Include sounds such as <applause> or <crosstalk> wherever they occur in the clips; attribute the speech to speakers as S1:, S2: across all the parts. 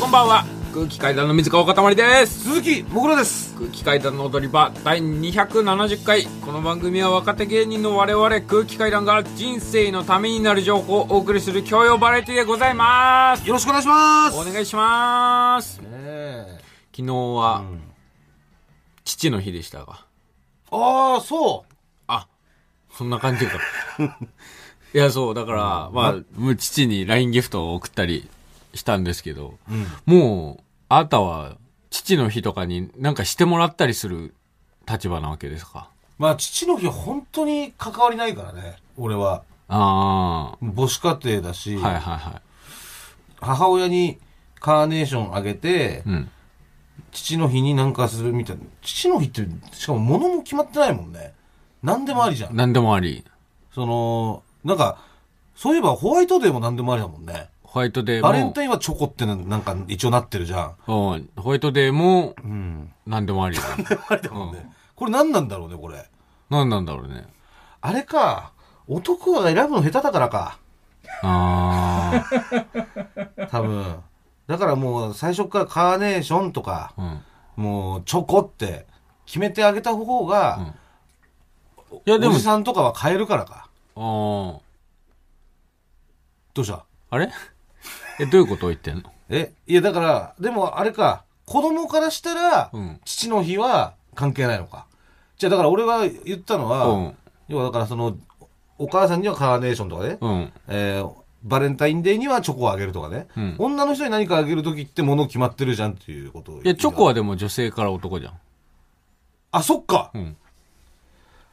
S1: こんばんは空気階段の水川かたまりです
S2: 鈴木もぐらです
S1: 空気階段の踊り場第270回この番組は若手芸人の我々空気階段が人生のためになる情報をお送りする教養バラエティでございます
S2: よろしくお願いします
S1: お願いします
S2: ねえ
S1: 昨日は、父の日でしたが
S2: ああそう
S1: あそんな感じか <laughs> いやそうだから、まあもう父に LINE ギフトを送ったりしたんですけど、もうあなたは父の日とかになんかしてもらったりする立場なわけですか
S2: まあ父の日は本当に関わりないからね俺は
S1: あ
S2: 母子家庭だし、
S1: あはいはいは
S2: 母親にカーネーションあげて、
S1: いうん
S2: 父の日になんかするみたいな父の日ってしかも物も決まってないもんね何でもありじゃん、
S1: 何でもあり
S2: そのなんかそういえばホワイトデーも何でもありだもんね
S1: ホワイトデーも
S2: バレンタインはチョコってななんか一応なってるじゃ
S1: うんホワイトデーも
S2: ん <laughs> うん
S1: 何でもありだ
S2: あれだもんね、これ何なんだろうねこれ
S1: <laughs> 何なんだろうね
S2: あれか、男は選ぶの下手だからか。
S1: あ
S2: 多分。だからもう最初からカーネーションとか、
S1: あうん
S2: もうチョコって決めてあげた方が、
S1: いやで
S2: お
S1: も
S2: じさんとかは買えるからか。
S1: あ
S2: どうした
S1: ああれえどういうことを言ってんの
S2: えいやだから、でもあれか、子供からしたら、
S1: うん
S2: 父の日は関係ないのか。じゃあだから俺が言ったのは、
S1: うん
S2: 要はだからその、お母さんにはカーネーションとかね、
S1: うん
S2: えーバレンタインデーにはチョコをあげるとかね、
S1: うん
S2: 女の人に何かあげるときって物決まってるじゃんっていうことを言っ
S1: いや、チョコ
S2: は
S1: はでも女性から男じゃん。
S2: あそっか
S1: うん。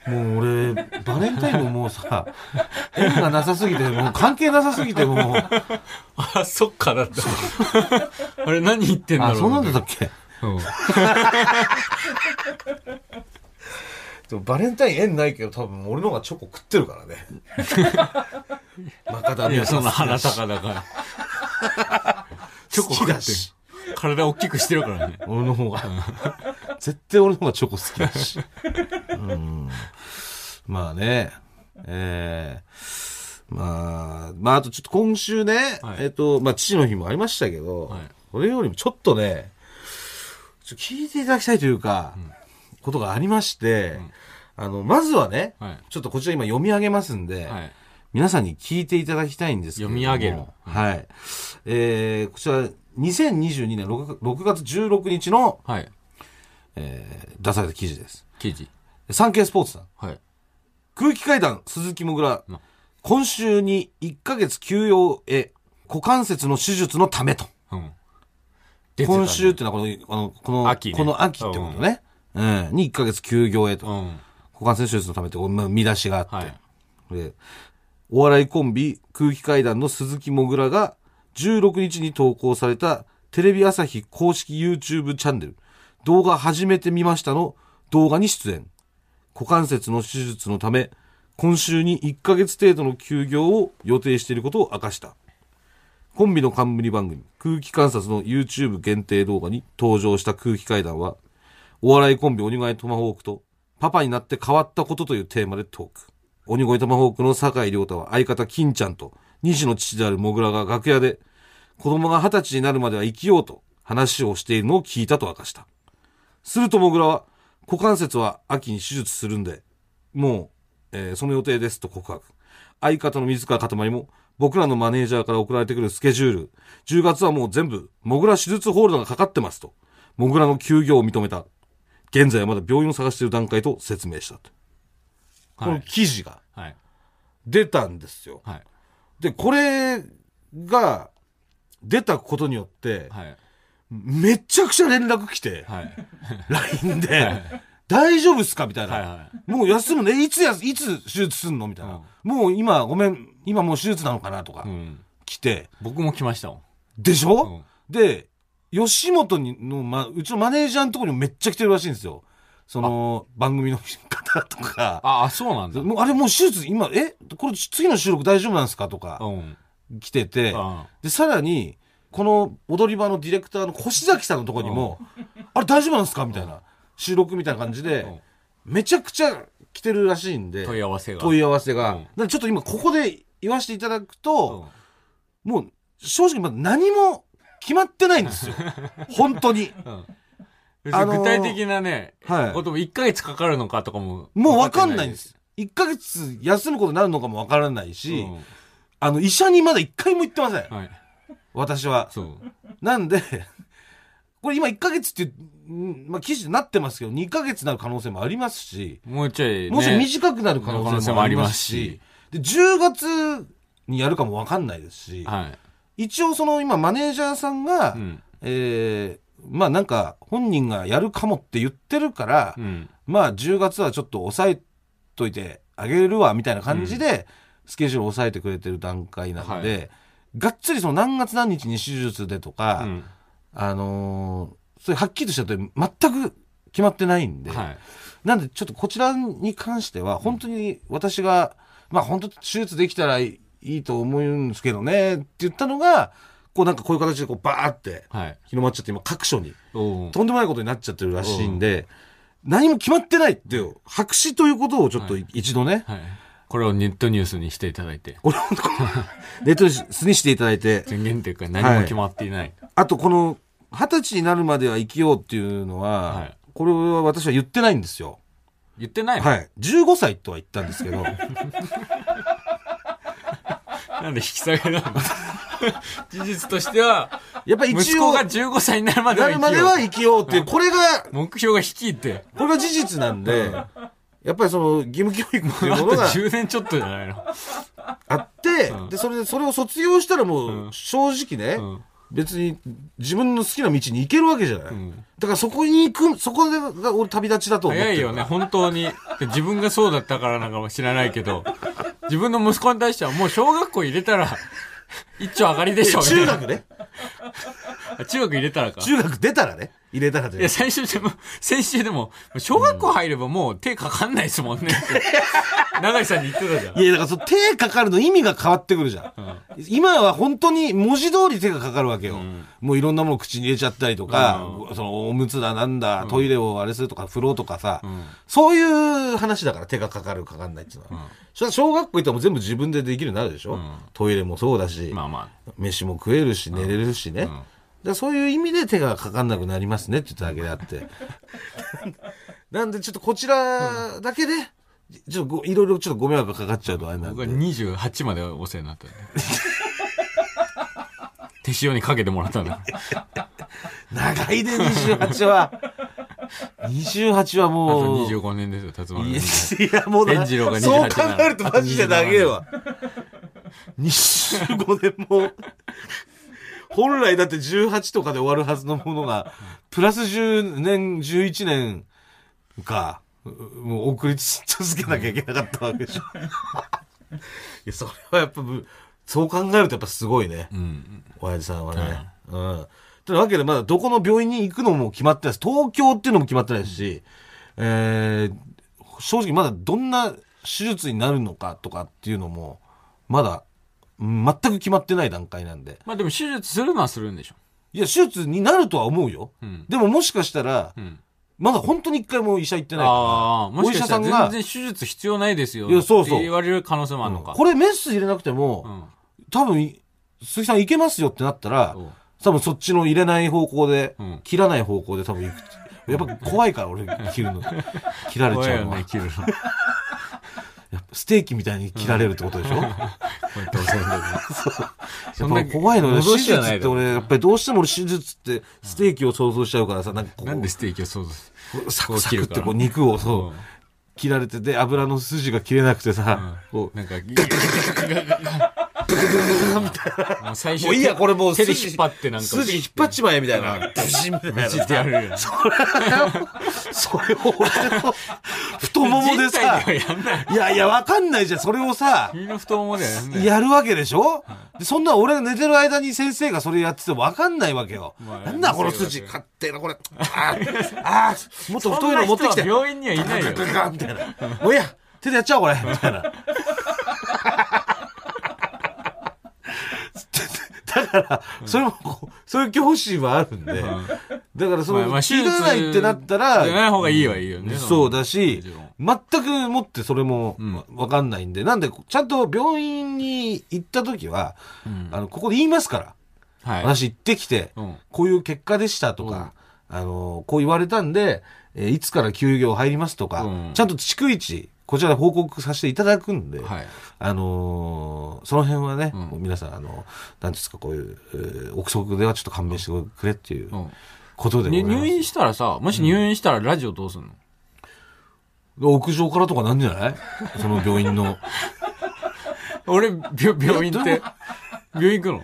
S2: もう俺バレンタインももうさ <laughs> 縁がなさすぎてもう関係なさすぎてもう
S1: あ、そっかだった。 <laughs> あれ、何言ってんだろ
S2: あ
S1: う。
S2: そうなんだったっけ
S1: うん
S2: でもバレンタイン縁ないけど多分俺の方がチョコ食ってる <laughs> からねマカダ
S1: い
S2: ミ
S1: や、
S2: アさ
S1: そ
S2: ん
S1: んな鼻高だから。チョコ食
S2: 好き
S1: っ
S2: だ
S1: てる
S2: し。
S1: 体大きくしてるからね。
S2: 俺の方が絶対俺の方がチョコ好きだしうんまあねえーまあ、まあ、あとちょっと今週ね、
S1: はい
S2: えっと、まあ、父の日もありましたけど、
S1: はい
S2: それよりもちょっとね、ちょっと聞いていただきたいというか、ことがありまして、あの、まずはね、
S1: はい
S2: ちょっとこちら今読み上げますんで、
S1: はい。
S2: 皆さんに聞いていただきたいんですけれども
S1: 読み上げる
S2: はい。えー、こちら、2022年 6, 月16日の、
S1: はい。
S2: えー出された記事です。
S1: 記事。
S2: 産経スポーツさん。
S1: はい。
S2: 空気階段、鈴木もぐら
S1: うん。
S2: 今週に1ヶ月休養へ、股関節の手術のためと。
S1: うん。出てたね
S2: 今週っていうのはこの、あの、この、
S1: 秋ね
S2: この秋ってことね。うん。に1ヶ月休業へと。
S1: うん。
S2: 股関節手術のためって、まあ見出しがあって。
S1: はい。
S2: でお笑いコンビ空気階段の鈴木もぐらが16日に投稿されたテレビ朝日公式 YouTube チャンネル動画初めて見ましたの動画に出演股関節の手術のため今週に1ヶ月程度の休業を予定していることを明かしたコンビの冠番組空気観察の YouTube 限定動画に登場した空気階段はお笑いコンビ鬼越トマホークとパパになって変わったことというテーマでトーク。鬼越トマホークの酒井亮太は相方金ちゃんと二児の父であるモグラが楽屋で子供が二十歳になるまでは生きようと話をしているのを聞いたと明かした。するとモグラは股関節は秋に手術するんで、もう、えーその予定ですと告白。相方の水川かたまりも僕らのマネージャーから送られてくるスケジュール、10月はもう全部モグラ手術ホールドがかかってますと、モグラの休業を認めた。現在はまだ病院を探している段階と説明したと。こ
S1: は
S2: の
S1: い。
S2: 記事が
S1: はい。
S2: 出たんですよ。
S1: はい。
S2: で、これが出たことによって、
S1: はい。
S2: めちゃくちゃ連絡来て、
S1: はい。
S2: LINE で、大丈夫っすかみたいな。
S1: は
S2: もう休むね。いつや、いつ手術すんのみたいな、もう今、ごめん、今もう手術なのかなとか
S1: い。う、ん。
S2: 来て、
S1: 僕も来ましたもん。
S2: でしょ、
S1: うん
S2: で、吉本にの、ま、うちのマネージャーのところにもめっちゃ来てるらしいんですよ。その、番組の方とか。
S1: あ、あ、そうなんだ。
S2: もうあれもう手術、今、えこれ次の収録大丈夫なんですかとか、
S1: ん。
S2: 来てて、
S1: あ
S2: で、さらに、この踊り場のディレクターの越崎さんのとこにも、あれ大丈夫なんですかみたいな、収録みたいな感じで、めちゃくちゃ来てるらしいんで、
S1: 問い合わせが。
S2: 問い合わせが。
S1: うん
S2: だからちょっと今ここで言わせていただく
S1: う
S2: と、
S1: ん
S2: もう正直まだ何も決まってないん <laughs> ですよ。本当に。
S1: 別
S2: あ
S1: に
S2: のー
S1: 具体的なね、
S2: はい
S1: ことも1ヶ月かかるのかとかも。
S2: もうわかんないんで
S1: わ
S2: す。1ヶ月休むことになるのかもわからない
S1: かん
S2: し、
S1: ないです。
S2: あの、医者にまだ1回も行ってません
S1: う。んはい。
S2: 私は。
S1: そう。
S2: なんで、これ今1ヶ月っていう、んまあ、記事になってますけど、2ヶ月になる可能性もありますし、
S1: もうちょい、ね。
S2: もし短くなる可能性もありますし、で、10月にやるかもわかんないですし、
S1: は
S2: 一応その今マネージャーさんが、
S1: い。うん。
S2: えーまあなんか本人がやるかもって言ってるから、
S1: うん。
S2: まあ10月はちょっと抑えといてあげるわみたいな感じで、スケジュールを抑えてくれてる段階なので、
S1: は
S2: がっつりその何月何日に手術でとか、
S1: うん
S2: あのーそれはっきりとしたと全く決まってないんで、
S1: はい。
S2: なんでちょっとこちらに関しては本当に私が、まあ本当手術できたらいいと思うんですけどねって言ったのが、こうなんかこういう形でこうバーって
S1: はい。
S2: 広まっちゃって今各所に
S1: おー
S2: とんでもないことになっちゃってるらしいんで、何も決まってないっていう白紙ということをちょっと一度ね、
S1: はい。これをネットニュースにしていただいて。
S2: これをこうネットニュースにしていただいて、
S1: 宣言というか何も決まっていない。
S2: あとこの二十歳になるまでは生きようっていうのは、
S1: はい
S2: これは私は言ってないんですよ。
S1: 言ってないの、
S2: はい。15歳とは言ったんです
S1: <laughs>
S2: けど、
S1: なんで引き下げなの <laughs> 事実としては、
S2: やっぱり
S1: 息
S2: 一
S1: 子
S2: 応、
S1: が
S2: な
S1: 15歳になるまでは
S2: るまでは生きようっていう、これが、
S1: 目標が低いって。
S2: これが事実なんで、やっぱりその義務教育っ
S1: <laughs>
S2: て
S1: あ
S2: い
S1: と
S2: うものが
S1: 10年ちょっとじゃないの。
S2: あって
S1: う、ん
S2: で、それで、それを卒業したらも
S1: う
S2: うん正直ね、
S1: うん
S2: 別に自分の好きな道に行けるわけじゃない。
S1: うん
S2: だからそこに行く、そこが俺旅立ちだと思ってる
S1: 早いよね、本当に。自分がそうだったからなんかも知らないけど、自分の息子に対してはもう小学校入れたら、 <laughs> 一丁上がりでしょ、みた
S2: 中
S1: いな
S2: 学ね。
S1: あ中学入れたらか。
S2: 中学出たらね。入れたらと
S1: い
S2: い
S1: や、
S2: う
S1: 最初でも、先週でも、小学校入ればもう手かかんないですもんね。長井さんに言ってたじゃん。
S2: いや、だからその手かかるの意味が変わってくるじゃん。今は本当に文字通り手がかかるわけよ。もういろんなものを口に入れちゃったりとか、そのおむつだなんだ、トイレをあれするとか、風呂とかさ、
S1: ん
S2: そういう話だから手がかかるかかんないっていうのは。それは小学校行ったらもう全部自分でできるようになるでしょ、トイレもそうだし、
S1: まあま
S2: 飯も食えるし、寝れるしね。
S1: ん
S2: だからそういう意味で手がかかんなくなりますねって言っただけであ
S1: <laughs>
S2: って。なんでちょっとこちらだけで、ちょっとごいろいろちょっとご迷惑がかかっちゃうとあれ
S1: あ。
S2: なん
S1: 僕
S2: で
S1: は。28までお世話になったんで。手塩にかけてもらったんだ。
S2: 長いで28は。28
S1: あ
S2: は
S1: と
S2: もう。
S1: 25年ですよ、辰丸
S2: い
S1: 君。
S2: やいや、もうだ
S1: 伝次郎が28
S2: そう考えるとマジで長えわ。25年も。本来だって18とかで終わるはずのものが、プラス10年、11年か、うもう送り続けなきゃいけなかったわけでしょ。いや、それはやっぱぶ、そう考えるとやっぱすごいね。
S1: うん。
S2: 親父さんはね。うん。というわけで、まだどこの病院に行くのも決まってないし、東京っていうのも決まってないし、えー正直まだどんな手術になるのかとかっていうのも、まだ、うん全く決まってない段階なんで。
S1: まあでも手術するのはするんでしょ。
S2: いや、手術になるとは思うよ。
S1: うん。
S2: でももしかしたら
S1: う、ん。
S2: まだ本当に一回も医者行ってないか
S1: ああ、もしかした
S2: お医者さんが
S1: ら全然手術必要ないですよ。
S2: いやそうそう
S1: って言われる可能性もあ
S2: ら、
S1: るのか。
S2: これメス入れなくて
S1: う
S2: も、
S1: ん。
S2: 多分い、鈴木さん行けますよってなったら、
S1: そう
S2: 多分そっちの入れない方向で、
S1: うん
S2: 切らない方向で多分行く。やっぱ怖いから俺切るの。切られ
S1: 怖
S2: ち
S1: い
S2: ゃう
S1: よ
S2: のは。
S1: ね、切るの。こ
S2: やっぱステーキみたいに切られるってことでしょ、やっ
S1: うやって押さえるんだけどそん
S2: ぱ
S1: な
S2: 怖いのよ。手
S1: 戻し
S2: 術
S1: じゃないだ
S2: って
S1: ろ
S2: 俺、やっぱりどうしても俺手術ってステーキを想像しちゃうからさ、なんかこう、
S1: なんでステーキを想像す
S2: こうサ
S1: こ
S2: ク
S1: う
S2: サ
S1: 切
S2: ク
S1: る
S2: っ
S1: か
S2: て
S1: ら
S2: こう肉を
S1: る
S2: そう、切られてて、油の筋が切れなくてさ、こう、
S1: なんか、ギガガガガガガガもう最終
S2: もういいや、これもう
S1: 手
S2: 筋
S1: で引っ張ってなんか。
S2: 筋引っ張っちまえみたいな。ブシンみたいな。
S1: ちってやるよね。
S2: それを俺の太ももで
S1: <laughs>
S2: さ
S1: 人体、ではやんない。
S2: いやいや、わかんないじゃん。それをさ、
S1: 君の太ももではやんない。
S2: やるわけでしょでそんな俺が寝てる間に先生がそれやっててもわかんないわけよ。
S1: まあ
S2: なんだこの
S1: そうです
S2: 筋
S1: よ
S2: 勝手なこれ。あーあー、もっと太いの持ってきて。
S1: そんな人は病院にはいないよ
S2: ガンガンガンみたいな。もういいや、手でやっちゃおうこれ。みたいな。 <laughs> だから、それもこう、そういう恐怖心はあるんで。だからその、
S1: まあまあ手
S2: 切
S1: 術
S2: らないってなったら、
S1: じゃない方がいいはいいよね。
S2: そうだし
S1: もちろん、
S2: 全くもってそれも
S1: うん
S2: わわかんないんで、なんで、ちゃんと病院に行った時は、あの、ここで言いますから。
S1: はい
S2: 私行ってきて、
S1: うん
S2: こういう結果でしたとか、あの、こう言われたんで、えーいつから休業入りますとか、
S1: うん
S2: ちゃんと逐一、こちらで報告させていただくんで、
S1: はい。
S2: あのーその辺はね、
S1: うん
S2: もう皆さん、あの、なんですか、こういう、えー憶測ではちょっと勘弁してくれっていう
S1: うん
S2: ことでござ
S1: に
S2: います
S1: 入院したらさ、もし入院したらラジオどうすんの、
S2: 屋上からとかなんじゃ
S1: <laughs>
S2: ないその病院の。
S1: 俺、病病院って、病院行くの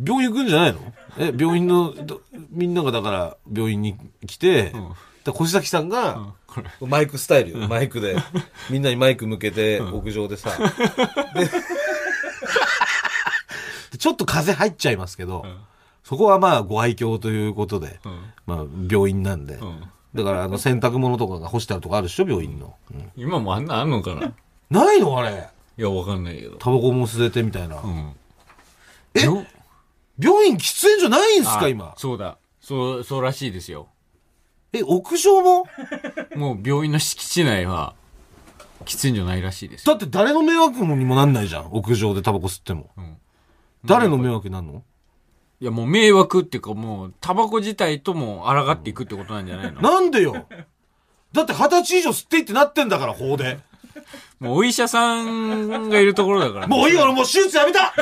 S2: 病院行くんじゃないのえ、病院の、どみんながだから病院に来て、
S1: ん
S2: で小崎さんが、
S1: これ。
S2: マイクスタイルよ、マイクで。みんなにマイク向けて、屋上でさ。ででちょっと風入っちゃいますけど、
S1: ん
S2: そこはまあご愛嬌ということで、
S1: ん
S2: まあ病院なんで。
S1: ん
S2: だからあの洗濯物とかが干してあるとこあるでしょ、病院の。うん
S1: 今もあんなあんのかない
S2: ないのあれ。
S1: や、わかんないけど。
S2: タバコも吸えてみたいな。
S1: うん。
S2: え
S1: よ
S2: 病院喫煙所ないんすか、
S1: あ
S2: 今。
S1: そうだ。そう、そうらしいですよ。
S2: え、屋上も
S1: もう病院の敷地内は、喫煙所ないらしいですよ。
S2: だって誰の迷惑にもなんないじゃん。屋上でタバコ吸っても。
S1: ん
S2: 誰の迷惑になんの
S1: いや、もう迷惑っていうか、もう、タバコ自体とも抗っていくってことなんじゃない <laughs> の
S2: なんでよだって二十歳以上吸っていいってなってんだから、法で。
S1: もう、お医者さんがいるところだから。
S2: もういいよ、俺もう手術やめ <laughs> た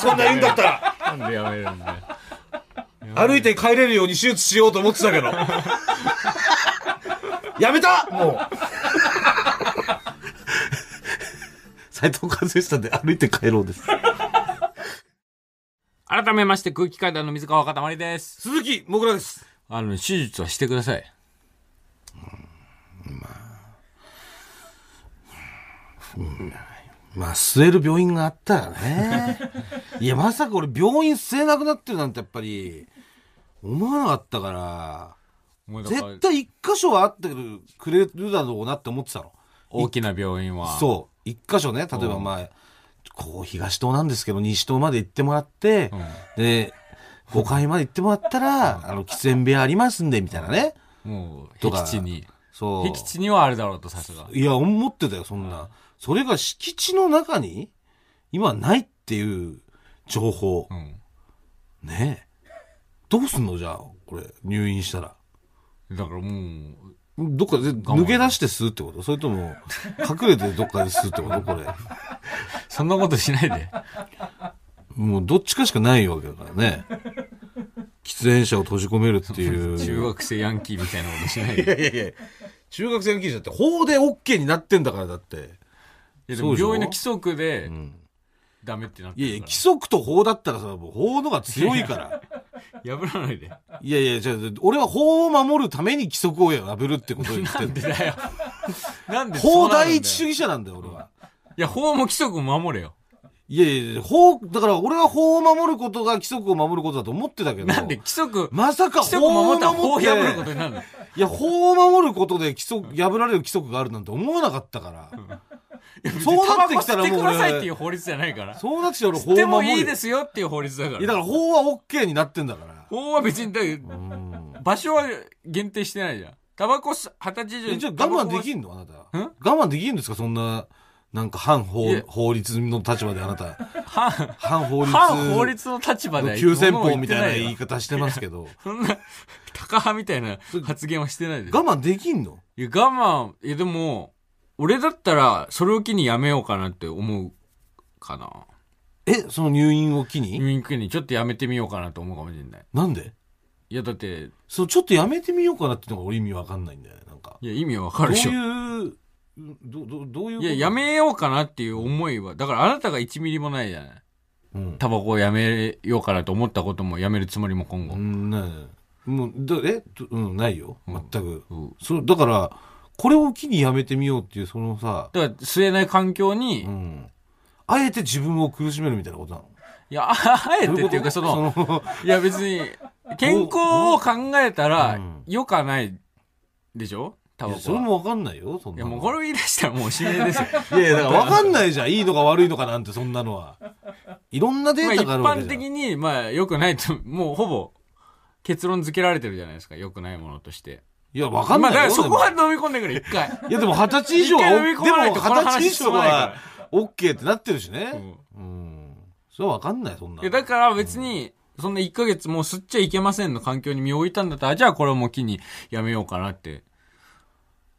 S2: そんな言うんだったら。
S1: なんでやめるんだよ。
S2: 歩いて帰れるように手術しようと思ってたけ <laughs> ど。やめたもう。斉藤和義さんで歩いて帰ろうです。
S1: 改めまして、空気階段の水川かたまりです。
S2: 鈴木もぐらです。
S1: あの、手術はしてください。
S2: まあ、吸える病院があったらね。いや、まさか俺、病院吸えなくなってるなんてやっぱり、思わなかったから、
S1: もうだから
S2: 絶対一箇所はあってくれるだろうなって思ってたの。
S1: 大きな病院は。
S2: そう。一箇所ね、例えばまあ、こう、東東なんですけど、西東まで行ってもらって、で、5階まで行ってもらったら、あの、喫煙部屋ありますんで、みたいなね。
S1: もう、
S2: とか
S1: 僻地に。
S2: そう。
S1: 僻地にはあるだろうと、さすが。
S2: いや、思ってたよ、そんな。それが敷地の中に、今ないっていう情報
S1: う。ん。
S2: ねえ。どうすんのじゃあ、これ、入院したら。
S1: だからもう、
S2: どっかで抜け出して吸うってことそれとも、隠れてどっかで吸うってことこれ。
S1: そんなことしないで。
S2: もうどっちかしかないわけだからね。喫煙者を閉じ込めるって <laughs> いう。
S1: 中学生ヤンキーみたいなことしない <laughs>
S2: いや
S1: で。
S2: いやいや、中学生の記事だって、法で OK になってんだから、だって。
S1: いやで
S2: そう
S1: も
S2: でしょ
S1: 病院の規則で
S2: ん、
S1: ダメってなって
S2: い
S1: る
S2: や
S1: か
S2: い
S1: ら
S2: や、規則と法だったらさ、もう法のが強いから。
S1: 破らない <laughs> で。
S2: いやいや、じゃあ、俺は法を守るために規則を破るってことを言ってる。
S1: だよ。 <laughs> なんでそ
S2: 法
S1: うなるんだよ
S2: 第一主義者なんだよ、俺は。
S1: いや、法も規則も守れよ。
S2: いやいや、法、だから俺は法を守ることが規則を守ることだと思ってたけど。
S1: なんで規則、
S2: まさか
S1: 規則
S2: 法を
S1: 守ったら法を
S2: 守って
S1: 破ることになるの
S2: いや、法を守ることで規則、破られる規則があるなんて思わなかったから。 <laughs> そうなってきたらも
S1: タバコ吸
S2: う
S1: ってくださいってい
S2: 俺
S1: う、法律じゃないから。
S2: そうなってきたら俺法
S1: で
S2: を
S1: も
S2: 守るよ。
S1: いいですよっていう法律だか。
S2: いや、だからら法は OK になってんだから。
S1: 法は別に、だけど場所は限定してないじゃん。タバコ吸、二十歳以上
S2: え
S1: に
S2: じゃあ我慢でき
S1: ん
S2: んのあなた。我慢できんですかそんな、なんか反法
S1: いや
S2: 法律の立場であ
S1: <laughs>
S2: なた。
S1: 反、
S2: 反法律。
S1: 反法律の立場
S2: の
S1: で。
S2: 急先鋒みたいな言い
S1: 方。
S2: 方してますけど。
S1: そんな、高派みたいな発言はしてないで
S2: 我慢できんの
S1: いや、我慢、いや、でも、俺だったら、それを機にやめようかなって思うかな。
S2: え、その入院を機に
S1: 入院クにちょっとやめてみようかなと思うかもしれない。
S2: なんで
S1: いや、だって、
S2: そのちょっとやめてみようかなっていうのが俺意味わかんないんだよね。なんか。
S1: いや、意味わかる
S2: どう
S1: でしょ。
S2: いう、ど、ど、どういうこと
S1: いや、やめようかなっていう思いは、だからあなたが1ミリもないじゃない。
S2: うん。
S1: タバコをやめようかなと思ったこともやめるつもりも今
S2: う
S1: 後。
S2: ん、ないないもう、だえどうん、ないよ。全く。
S1: うん
S2: そう、だから、これを機にやめてみようっていう、そのさ、
S1: だから、吸えない環境に、
S2: う
S1: い
S2: ん。あえて自分を苦しめるみたいなことなの
S1: や、ああえ
S2: どう
S1: て
S2: こ
S1: って
S2: と
S1: いうか、その、
S2: その
S1: いや、別に、健康を考えた
S2: う
S1: ら
S2: ん、
S1: 良かないでしょタ
S2: い
S1: バ
S2: や
S1: コ
S2: <laughs> それ
S1: は。
S2: もわかんないよ、そん
S1: いや、
S2: なの
S1: もうこれを言い出したらもう死命ですよ。
S2: いやいや、だからわかんないじゃん。いいのか悪いのかなんて、そんなのは。いろんなデ
S1: まあ
S2: ー
S1: 一
S2: タがあるわけ
S1: 般
S2: じゃん。
S1: 的に、まあ、良くないと、もうほぼ、結論付けられてるじゃないですか。良くないものとして。
S2: いや、わかんないよ。
S1: まあ、だからそこは
S2: で
S1: 飲み込んでくれ、一回。
S2: もいや、でも二十歳以上は、
S1: 一
S2: で
S1: 回
S2: も
S1: 飲み込まないとこの
S2: 二
S1: 話
S2: 十歳以上
S1: 進まないから
S2: は、OK ってなってるし
S1: う
S2: ね。
S1: ん
S2: うん。それはわかんない、そんない
S1: や、。だから別に、そんな1ヶ月もう吸っちゃいけませんの環境に身を置いたんだったら、じゃあこれをもう機にやめようかなって。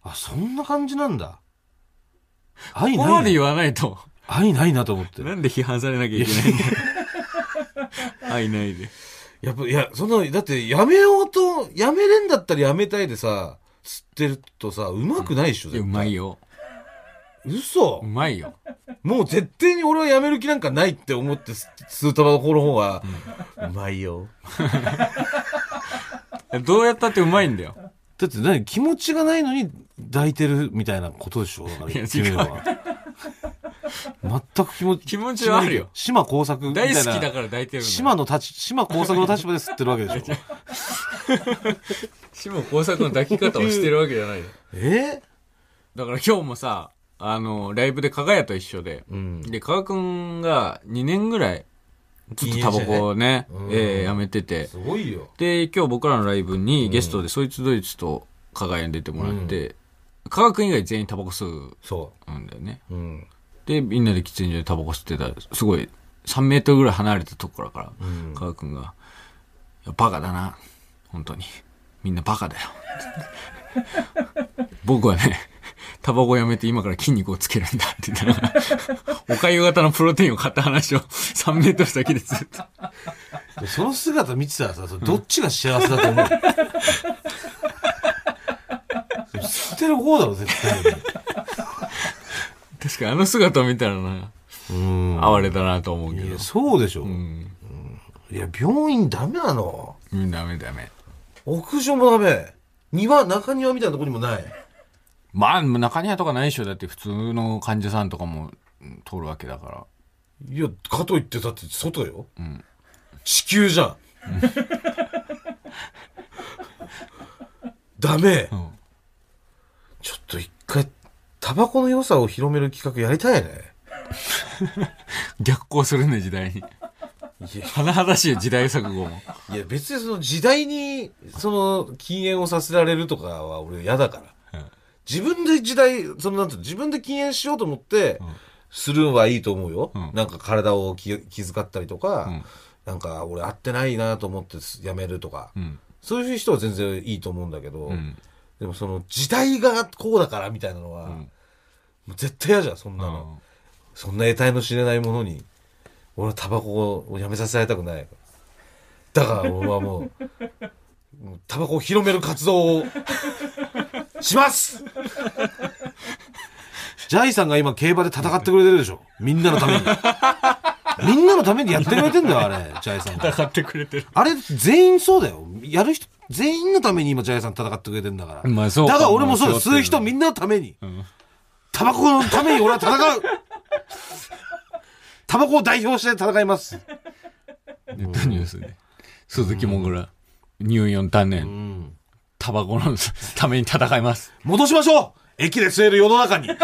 S2: あ、そんな感じなんだ。愛
S1: ここま
S2: な
S1: で
S2: い
S1: 言
S2: な。
S1: わないと。
S2: 愛ないなと思って。
S1: なんで批判されなきゃいけないん
S2: <laughs>
S1: だよ。愛ないで。
S2: やっぱ、いや、そんな、だって、やめようと、やめれんだったらやめたいでさ、吸ってるとさ、うまくないでしょ、
S1: いやうまいよ。
S2: 嘘
S1: うまいよ。
S2: もう絶対に俺はやめる気なんかないって思って吸吸うタバコの方が、うまいよ。
S1: どうやったってうまいんだよ。
S2: だって何気持ちがないのに抱いてるみたいなことでしょだか
S1: い
S2: ら
S1: や
S2: 言ってみれば
S1: 違う
S2: 全く気持ち。
S1: 気持ちはあるよ
S2: 島工作みたい
S1: 大
S2: <laughs> な。
S1: 好きだから抱いてるの。
S2: 島の立ち、島工作の立場で吸ってるわけでしょ
S1: 島工作の抱き方をしてるわけじゃないよ。
S2: <laughs> え
S1: だから今日もさ、あの、ライブで加賀谷と一緒で、
S2: うん
S1: で、加賀くんが2年ぐらい、ずっとタバコをね、
S2: 禁煙してねうん
S1: えーやめてて、
S2: すごいよ。
S1: で、今日僕らのライブにゲストで、そいつドイツと加賀谷に出てもらって、加賀くん以外全員タバコ吸う
S2: そ
S1: んだよね。
S2: う。うん。
S1: で、みんなで喫煙所でタバコ吸ってた、すごい、3メートルぐらい離れたところから、
S2: うん
S1: 加賀くんが、いやバカだな、本当に。みんなバカだよ。 <laughs> 僕はね、タバコをやめて今から筋肉をつけるんだって言
S2: <laughs>
S1: ったら、おかゆ型のプロテインを買った話を3メートル先でずっと。
S2: でその姿見てたらさ、それどっちが幸せだと思 <laughs> う吸ってる方だろ、絶対に。
S1: 確かにあの姿を見たらな、
S2: うん。
S1: 哀れだなと思うけ
S2: い
S1: ど
S2: や、。そうでしょ。
S1: うん。
S2: いや、病院ダメなの。
S1: うんダメダメ。
S2: 屋上もダメ。庭、中庭みたいなとこにもない。
S1: まあ、中庭とかないでしょ。だって普通の患者さんとかもうん通るわけだから。
S2: いや、かといってだって外よ。
S1: ん
S2: 地球じゃん。 <laughs> ダメ、
S1: ん
S2: ちょっと一回、タバコの良さを広める企画やりたいね。
S1: 逆行するね、時代に。 <laughs> 甚だしいよ時代錯誤も。
S2: いや、別にその時代に、その、禁煙をさせられるとかは俺嫌だから。
S1: うん
S2: 自分で時代、そのなんていうの自分で禁煙しようと思って、するのはいいと思うよ。
S1: ん
S2: なんか体を気気遣ったりとか、
S1: ん
S2: なんか俺合ってないなと思ってやめるとか、
S1: うん。
S2: そういう人は全然いいと思うんだけど、
S1: うん。
S2: でもその時代がこうだからみたいなのは、
S1: ん
S2: もう絶対嫌じゃん、そんなの。そんな得体の知れないものに、俺はタバコをやめさせられたくない。だから俺はもう、もうタバコを広める活動をしますジャイさんが今競馬で戦ってくれてるでしょ。みんなのために。みんなのためにやってくれてんだよ、あれ、ジャイさんが。
S1: 戦ってくれてる。
S2: あれ、全員そうだよ。やる人、全員のために今、ジャイさん戦ってくれてんだから。
S1: まあそうか
S2: だから俺もそうだよ。
S1: そうだ
S2: 吸
S1: よ
S2: う人みんなのために。
S1: ん
S2: タバコのために俺は戦う <laughs> タバコを代表して戦います。
S1: ネットニュースで。鈴木もぐら、入4単年、
S2: うん。
S1: タバコのために戦います。
S2: 戻しましょう駅で吸える世の中に。 <laughs>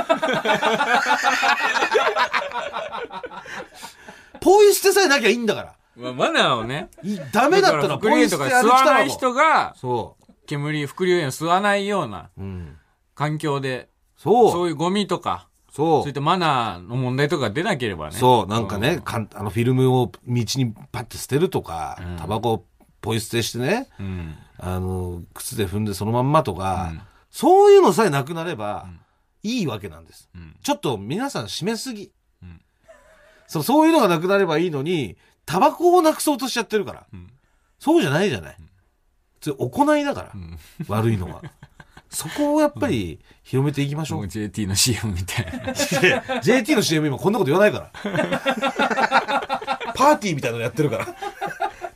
S2: ポイ捨てさえなきゃいいんだから。
S1: まあ、マナーをね。
S2: いダメだったら
S1: 福
S2: ポ
S1: 流煙
S2: イ捨
S1: と
S2: て
S1: か
S2: 歩
S1: 吸
S2: き
S1: わ
S2: た
S1: な
S2: ら
S1: い
S2: もう。
S1: 人が、
S2: そ
S1: 煙、伏流煙を吸わないような
S2: う。うん。
S1: 環境で、
S2: そ。
S1: そうういうゴミとか、
S2: そ
S1: そういったマナーの問題とか出なければね。
S2: そう、なんかね、かんあのフィルムを道にパッて捨てるとか、タバコをポイ捨てしてね、
S1: うん。
S2: あの、靴で踏んでそのまんまとか、そういうのさえなくなれば、いいわけなんです。
S1: うん
S2: ちょっと皆さん締めすぎ、
S1: ん
S2: そう。そういうのがなくなればいいのに、タバコをなくそうとしちゃってるから。
S1: ん
S2: そうじゃないじゃない。それ行いだから、悪いの <laughs> は。そこをやっぱり広めていきましょう
S1: もう。JT の CM みたいな。
S2: いや JT の CM 今こんなこと言わな
S1: <laughs>
S2: いから。パーティーみたいなのやってるから。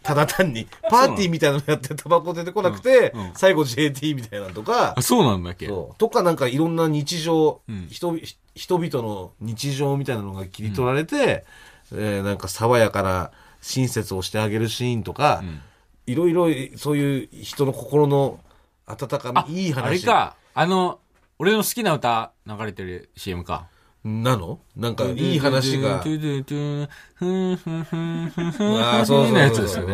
S2: ただ単に。パーティーみたいなのやってタバコ出てこなくて、
S1: うんうん
S2: 最後 JT みたいなのとか
S1: <laughs> あ、、そうなんだっけ
S2: そうとかなんかいろんな日常、
S1: うん
S2: 人ひ人々の日常みたいなのが切り取られて、えーなんか爽やかな親切をしてあげるシーンとか、
S1: ん
S2: いろいろそういう人の心の温かみ、いい話。
S1: あれか、あの、俺の好きな歌流れてる CM か。
S2: なのなんかいい話が。
S1: トゥドゥトゥふんふんふんふんふん
S2: ああ、そうそうそうそう。
S1: なやつですよ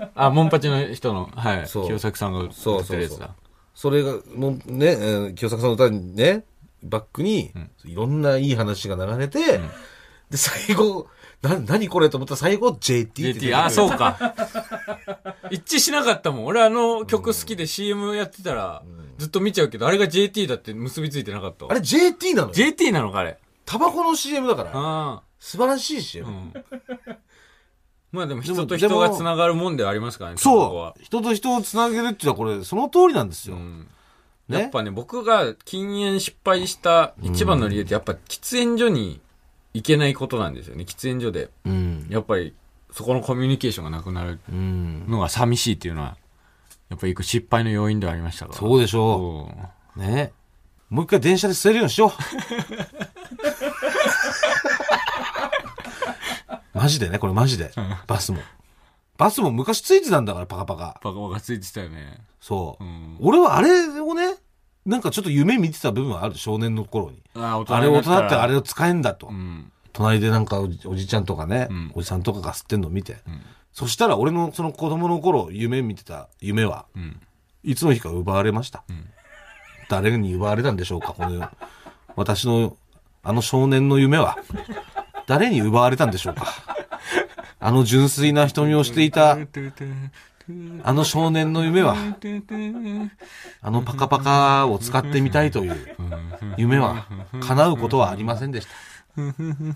S1: ね。あ、モンパチの人の、はい。
S2: そう
S1: 清作さんが歌ってるやつだ。
S2: それが、もうね、えー清作さんの歌にね、バックに、いろんないい話が流れて、で、最後、な、何これと思ったら最後 JT って出てく
S1: JT、
S2: る
S1: あ、そうか。一致しなかったもん。俺あの曲好きで CM やってたら、ずっと見ちゃうけど、あれが JT だって結びついてなかったわ
S2: あれ JT なのよ。
S1: JT なのか、あれ。
S2: タバコの CM だから。
S1: あ
S2: 素晴らしい
S1: あ。う
S2: CM。
S1: ん。まあでも
S2: で
S1: 人
S2: も
S1: と人が繋がるもんではありますからね、そこは
S2: そう。人と人をつなげるっていうのはこれ、その通りなんですよ。
S1: うん
S2: ね
S1: やっぱね、僕が禁煙失敗した一番の理由って、やっぱ喫煙所に行けないことなんですよね、喫煙所で。
S2: うん。
S1: やっぱり、そこのコミュニケーションがなくなる
S2: うん。
S1: のが寂しいっていうのは、やっぱり失敗の要因ではありましたから。
S2: そうでしょ
S1: そう
S2: う。ね。もう一回電車で吸えるようにしよ
S1: <laughs>
S2: う。マジでね、これマジで。バスも。バスも昔ついてたんだから、パカパカ。
S1: バカバカついてたよね。
S2: そう
S1: う。ん。
S2: 俺はあれをね、なんかちょっと夢見てた部分はある、少年の頃に。
S1: あ
S2: あれ大人だったらあ
S1: れ。
S2: れを使えんだと。
S1: うん。
S2: 隣でなんかおじおじちゃんとかね、
S1: うん
S2: おじさんとかが吸ってんのを見て。
S1: ん
S2: そしたら俺のその子供の頃夢見てた夢は、
S1: うん。
S2: いつの日か奪われました。誰に奪われたんでしょうか、この、私のあの少年の夢は、誰に奪われたんでしょうか。あの純粋な瞳をしていた、あの少年の夢は、あのパカパカを使ってみたいという夢は叶うことはありませんでした。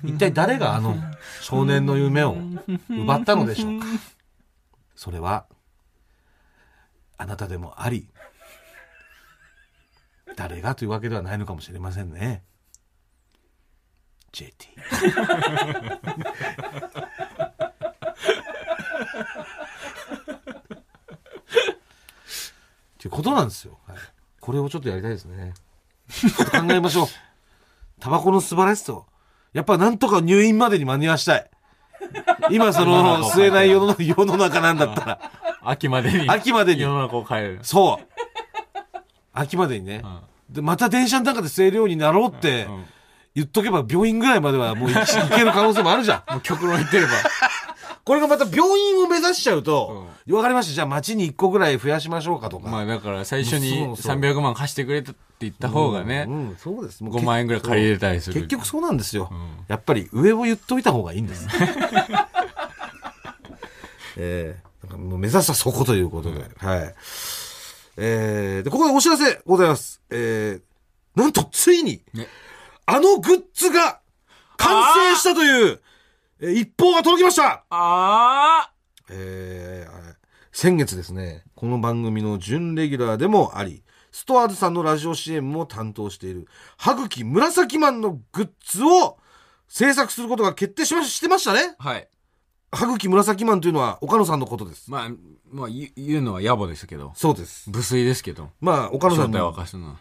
S2: 一体誰があの少年の夢を奪ったのでしょうかそれはあなたでもあり誰がというわけではないのかもしれませんね。JT。っていうことなんですよ、はいこれをちょっとやりたいですね。ちょっと考えましょう。タバコの素晴らしさを。やっぱなんとか入院までに間に合わしたい。今その吸えない世の中世の中なんだったら。
S1: 秋までに。
S2: 秋までに
S1: 世の中を変える。
S2: そう。秋までにね。で、また電車の中で吸えるようになろうって
S1: うん
S2: 言っとけば病院ぐらいまではもう行行ける可能性もある
S1: <laughs>
S2: じゃん。
S1: もう極論言ってれば。
S2: これがまた病院を目指しちゃうと、わかりました。じゃあ街に1個ぐらい増やしましょうかとか。
S1: まあだから最初に
S2: そうそう
S1: 300万貸してくれたって言った方が
S2: う
S1: ね、
S2: ん、そうです。もう
S1: 5万円ぐらい借りれたりする。
S2: 結局そうなんですよ、
S1: ん
S2: やっぱり上を言っといた方がいいんです <laughs> えー、なんかもう目指すはそこということで、はいえー、でここでお知らせございますえー、なんとついに、
S1: ね
S2: あのグッズが完成したというえー一報が届きました
S1: あ
S2: えーあれ先月ですね、この番組の準レギュラーでもあり、ストアーズさんのラジオ CM も担当している、歯茎紫マンのグッズを制作することが決定しまししてましたね。
S1: あはい。
S2: 歯茎紫マンというのは岡野さんのことです。
S1: まあ、まあ言う言うのは野暮ですけど。
S2: そうです。
S1: 無粋ですけど。
S2: まあ、岡野さ
S1: 正
S2: ん
S1: 体を明
S2: の、
S1: かすのは。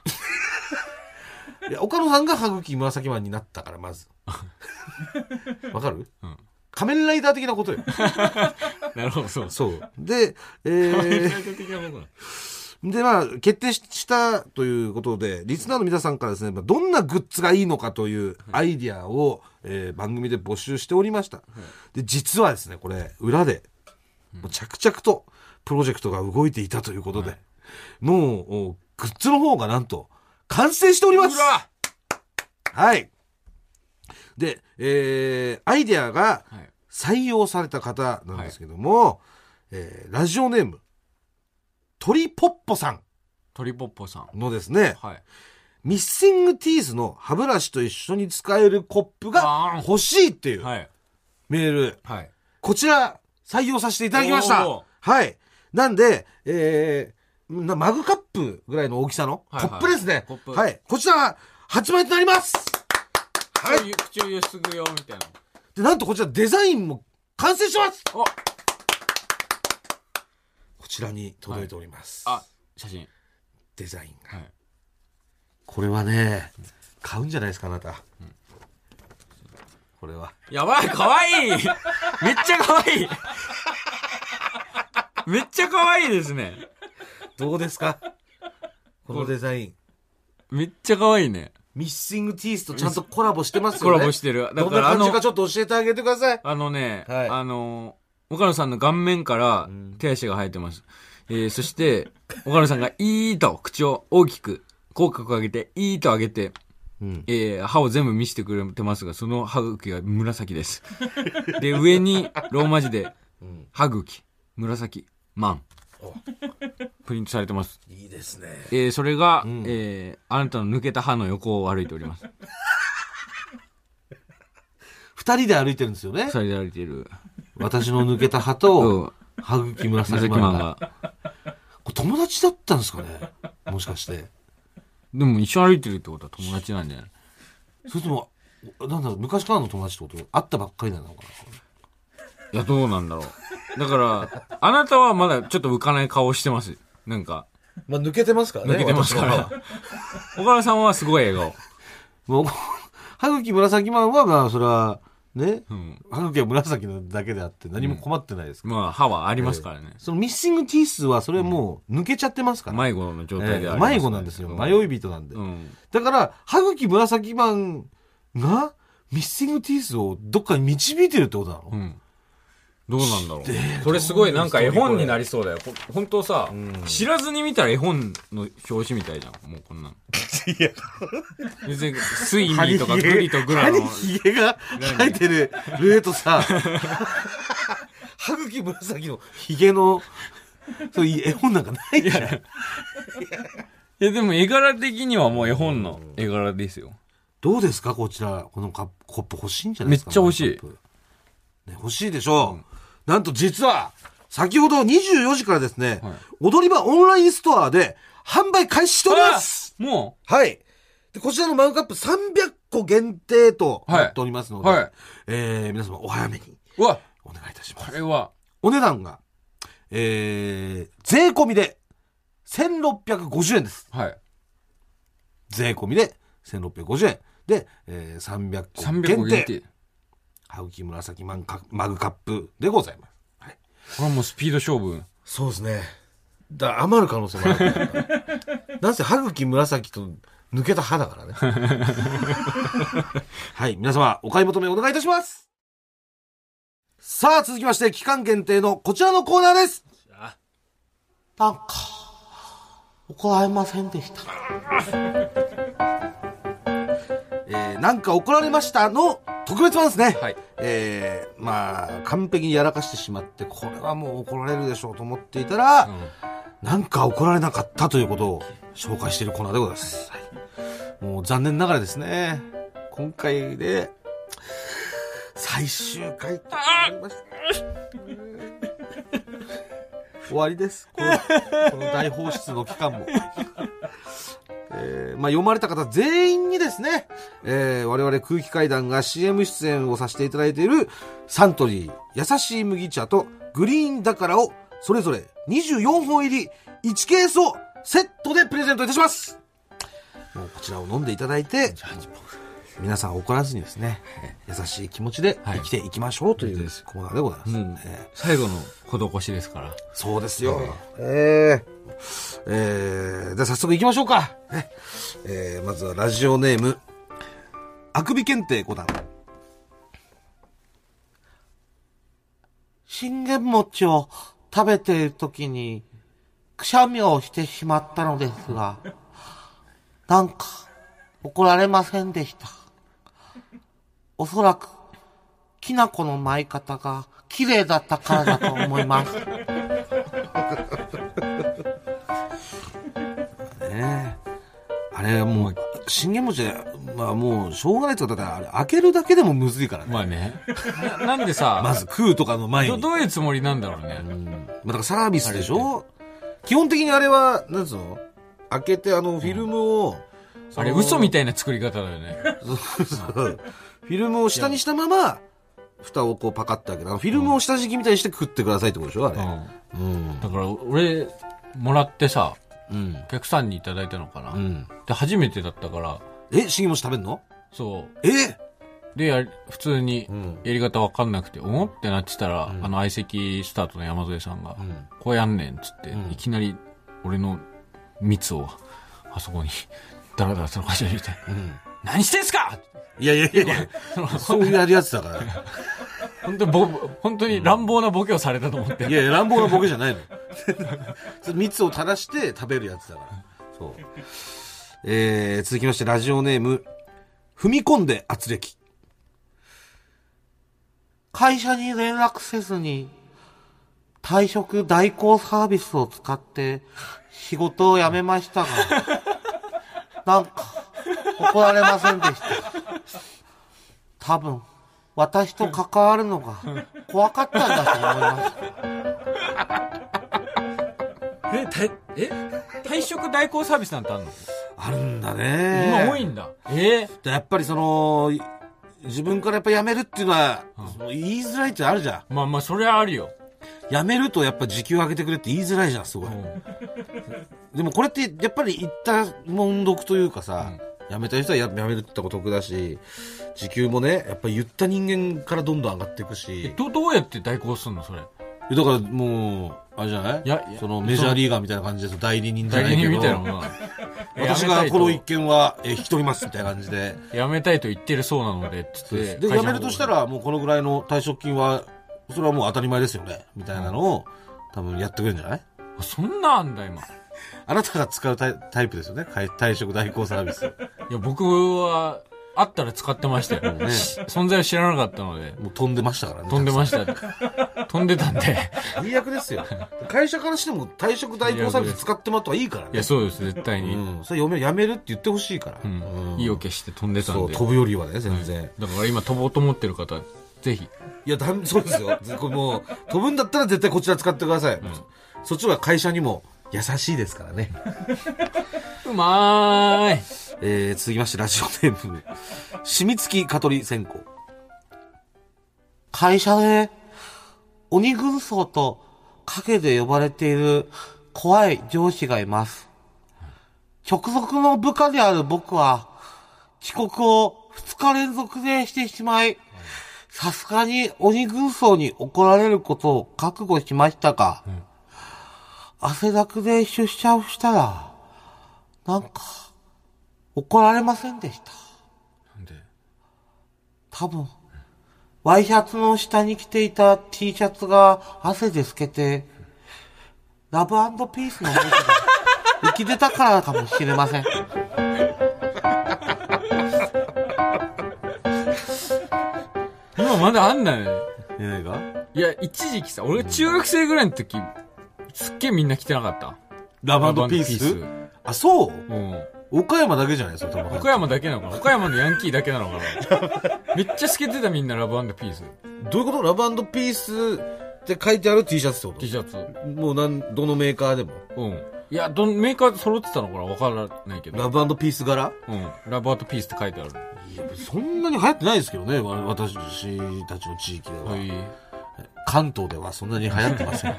S2: いや岡野さんが歯茎紫マンになったから、
S1: <laughs>
S2: まず。わかる、
S1: うん
S2: 仮面ライダー的なことよ。
S1: なるほど、そう。
S2: そう。で、えー、で、まあ、決定したということで、リスナーの皆さんからですね、まあどんなグッズがいいのかというアイディアを、えー番組で募集しておりました。で、実はですね、これ、裏で、もう着々とプロジェクトが動いていたということで、もう、おグッズの方がなんと、完成しております
S1: うわ
S2: はい。で、えーアイディアが
S1: はい。
S2: 採用された方なんですけども、えーラジオネーム、鳥ポッポさん。
S1: 鳥ポッポさん。
S2: のですね、
S1: はい。
S2: ミッシングティーズの歯ブラシと一緒に使えるコップが欲しいっていう
S1: はい。
S2: メール、
S1: はい。
S2: こちら採用させていただきました
S1: おー。
S2: はい。なんで、えー、なマグカップぐらいの大きさのコ
S1: はいはい
S2: ップですね。
S1: コップ
S2: はい。こちらは8枚となります。はい
S1: 口を口をゆすぐよ、みたいな。
S2: で、なんとこちらデザインも完成します
S1: お
S2: こちらに届いております。
S1: あ、写真。
S2: デザインが。
S1: はい。
S2: これはね、買うんじゃないですか、あなた。これは。
S1: やばい、かわいいめっちゃかわいいめっちゃかわいいですね。
S2: どうで
S1: <laughs>
S2: すかこのデザイン。
S1: めっちゃかわいいね。
S2: ミッシングティースとちゃんとコラボしてますよね。
S1: コラボしてる。だ
S2: どん
S1: か
S2: な
S1: ら、あ
S2: 感じ
S1: の
S2: か、ちょっと教えてあげてください。
S1: あのね、
S2: はい
S1: あの、岡野さんの顔面から手足が生えてます。えー、そして、岡野さんがいいと口を大きく、口角を上げて、いいと上げて、
S2: うん
S1: えー歯を全部見せてくれてますが、その歯茎が紫
S2: <laughs>
S1: です。で、上にローマ字で、
S2: うん
S1: 歯茎、紫、マン。プリントされてます。
S2: いいですね
S1: えーそれが、
S2: ん
S1: えーあなたの抜けた歯の横を歩いております。
S2: <laughs> 二人で歩いてるんですよね
S1: それで歩いている。
S2: 私の抜けた歯と <laughs>
S1: う
S2: 歯茎紫
S1: 紫
S2: マ
S1: マン
S2: ンが
S1: が。
S2: これ友達だったんですかねもしかして
S1: でも一緒に歩いてるってことは友達
S2: <laughs>
S1: なんじゃない
S2: それともなんだろう昔からの友達ってこと会ったばっかりなのか
S1: いや、どうなんだろう。だから、あなたはまだちょっと浮かない顔してます。なんか、
S2: なまあ抜けてますから
S1: 抜けてますから。 <laughs> 岡田さんはすごい笑
S2: もう、歯茎紫マンは、まあ、それは、ね、
S1: 顔。うん。
S2: 歯茎は紫のだけであって、何も困ってないですから、
S1: まあ、歯はありますからね。
S2: そのミッシングティースは、それはもう抜けちゃってますから。
S1: 迷子の状態
S2: え
S1: であ
S2: え
S1: りますね
S2: 迷子なんですよ。
S1: う
S2: 迷い人なんで。
S1: うん。
S2: だから、歯茎紫マンが、ミッシングティースをどっかに導いてるってことなの、
S1: うん。どうなんだろう。これすごいなんか絵本になりそうだよ。ほ本当さ、知らずに見たら絵本の表紙みたいじゃん。もうこ <laughs> んなの。
S2: いや、
S1: 別に、スイミーとかグリとグラの。
S2: ひげが生えてるルエ
S1: <laughs>
S2: とさ、歯茎紫のひげの、そういう絵本なんかないから。
S1: いや、でも絵柄的にはもう絵本の絵柄ですよ。
S2: どうですかこちら、このカップコップ欲しいんじゃないですか
S1: めっちゃ欲しい
S2: このカップね、欲しいでしょう、なんと実は、先ほど24時からですね、
S1: はい
S2: 踊り場オンラインストアで販売開始しております
S1: あも
S2: はい。で、こちらのマグカップ300個限定と
S1: はい
S2: なっておりますので、
S1: はい
S2: えー、皆様お早めに
S1: う、うわ、
S2: お願いいたしま
S1: こ
S2: す。
S1: れは、
S2: お値段が、えー、税込みで1650円です。
S1: はい。
S2: 税込みで1650円で、えー、300個限定
S1: 300個限定。
S2: ハウキ紫マンカマグカップでございます、はい、
S1: これはもうスピード勝負。
S2: そうですねだ余る可能性もあるから
S1: <laughs>
S2: なんせ歯茎紫と抜けた歯だからね
S1: <laughs>
S2: はい皆様お買い求めお願いいたしますさあ続きまして期間限定のこちらのコーナーですなんか怒られません
S1: <laughs>
S2: でしたえーなんか怒られましたの特別版ですね。
S1: はい
S2: えーまあ、完璧にやらかしてしまって、これはもう怒られるでしょうと思っていたら、なんか怒られなかったということを紹介しているコーナーでございます。はい、もう残念ながらですね、今回で、最終回となりました。終わりです。このこの大放出の期間も。えーまあ、読まれた方全員にですね、えー我々空気階段が CM 出演をさせていただいているサントリー優しい麦茶とグリーンだからをそれぞれ24本入り1ケースをセットでプレゼントいたしますもうこちらを飲んでいただいて皆さん怒らずにですね優しい気持ちで生きていきましょうとい
S1: はいう
S2: コーナーでございます、
S1: うん
S2: えー
S1: 最後の施しですから。
S2: そうですよ。えー、えー、じゃあ早速行きましょうか。ねえー、まずはラジオネーム、あくび検定5段。信玄餅を食べているときに、くしゃみをしてしまったのですが、なんか、怒られませんでした。おそらく、きなこの舞い方が綺麗だったからだと思います。ねえあれはもう、信玄餅で、まあもう、しょうがないってことだから、あれ、開けるだけでもむずいからね。
S1: まあね。ななんでさ、
S2: まず食うとかの前
S1: ど
S2: に。
S1: どういうつもりなんだろうね。
S2: まあ、だからサービスでしょ基本的にあれは、なんつうの開けてあのフィルムを、
S1: あれ、嘘み
S2: た
S1: たいな作り方だよね。
S2: フィルムを下にしたまま、蓋をこうパカッて開けた。フィルムを下敷きみたいにして食ってくださいってことでしょあ
S1: う
S2: れ。
S1: ん。
S2: うん。
S1: だから、俺、もらってさ、
S2: うん。
S1: お客さんにいただいたのかな。
S2: うん。
S1: で、初めてだったから、
S2: え、信玄餅食べんの
S1: そ
S2: え
S1: う。で、やり普通に
S2: ん、
S1: やり方わかんなくて、おんってなってたら、あの、相席スタートの山添さんが、
S2: ん
S1: こうやんねんっつって、
S2: うん
S1: いきなり、俺の蜜を、あそこに、 <laughs> ダラダラそのかしら入れて、
S2: うん。
S1: 何してんすか
S2: いやいやいやいや、そういうやるやつだから。
S1: 本当にぼ、本当に乱暴なボケをされたと思って。
S2: いやいや、乱暴なボケじゃないの。それ蜜を垂らして食べるやつだから。そう。えー、続きまして、ラジオネーム、踏み込んで圧力。会社に連絡せずに、退職代行サービスを使って、仕事を辞めましたが、なんか、怒られませんでした。多分、私と関わるのが怖かったんだと思います。
S1: え、たえ退職代行サービスなんてあんの
S2: あるんだね。
S1: 今多いんだ。えー
S2: やっぱりその、い自分からやっぱ辞めるっていうのは、その言いづらいってあるじゃん。
S1: まあまあ、それはあるよ。
S2: 辞めるとやっぱ時給上げてくれって言いづらいじゃん、すごい。
S1: うん
S2: でもこれってやっぱり言った文読というかさ、辞めた人はや辞めるってこと得だし、時給もね、やっぱり言った人間からどんどん上がっていくし、
S1: ど、どうやって代行すんのそれ。
S2: だからもう、あれじゃない
S1: いやいや
S2: そのメジャーリーガーみたいな感じでその代理人じゃな
S1: 代
S2: い
S1: 理
S2: け
S1: 人み
S2: ど
S1: たいなもん、な。
S2: <laughs> 私がこの
S1: やめたい
S2: 一
S1: と
S2: 件はえー引き取りますみたいな感じで。
S1: やめたいと言ってるそうなので、つって。会社
S2: で、辞
S1: の
S2: めるとしたら、もうこのぐらいの退職金は、それはもう当たり前ですよね、みたいなのを、多分やってくれるんじゃない
S1: あそんなあんだ、今。い
S2: あなたが使うタイタイプですよね、かい退職代行サー
S1: <laughs>
S2: ビス。
S1: や、僕は、あったら使ってましたよ。
S2: <laughs> ね
S1: し <laughs> 存在を知らなかったので、
S2: もう飛んでましたからね。
S1: 飛んでま
S2: <laughs>
S1: した。飛んでたんで。
S2: 最悪ですよ。会社からしても退職代行サービス使ってもらった方がいいから
S1: い
S2: ね
S1: や、。そうです、絶対
S2: う
S1: に。
S2: ん。それやめやめるって言ってほしいから。
S1: う。
S2: うんん
S1: 意を決して飛んでた
S2: そ
S1: ん
S2: う、
S1: で。
S2: 飛ぶよりはね、全然。
S1: だから今飛ぼうと思ってる方、ぜひ。
S2: いや、だんそうですよ。ずこれもう、飛ぶんだったら絶対こちら使ってください。そっちは会社にも優しいですからね。
S1: うまーい。
S2: えー、続きましてラジオネーム、しみつき蚊取り線香。会社で、鬼軍曹と影で呼ばれている怖い上司がいます。直属の部下である僕は、遅刻を2日連続でしてしまい、さすがに鬼軍曹に怒られることを覚悟しましたが、汗だくで出社をしたら、なんか、怒られませんでした。
S1: なんで
S2: 多分、ワイシャツの下に着ていた T シャツが汗で透けて、ラブピースの文字が <laughs> 浮き出たからかもしれません。
S1: 今まだあんだね。
S2: 何が
S1: いや、一時期さ、俺中学生ぐらいの時、すっげえみんな来てなかった。
S2: ラ
S1: ラブピース
S2: あ、そう
S1: うん。
S2: 岡山だけじゃないですか、多分
S1: 岡山だけなのかな岡山のヤンキーだけな
S2: <laughs>
S1: のかなめっちゃ透けてたみんなラブピース。
S2: どういうことラブピースって書いてある T シャツって
S1: T
S2: こ
S1: シャツ。
S2: ともうなん、どのメーカーでも。
S1: うん。いや、どのメーカー揃ってたのかなわからないけど。
S2: ラブピース柄
S1: うん。ラブピースって書いてある。
S2: そんなに流行ってないですけどね、わ私たちの地域では。
S1: はい。
S2: 関東ではそんなに流行ってません。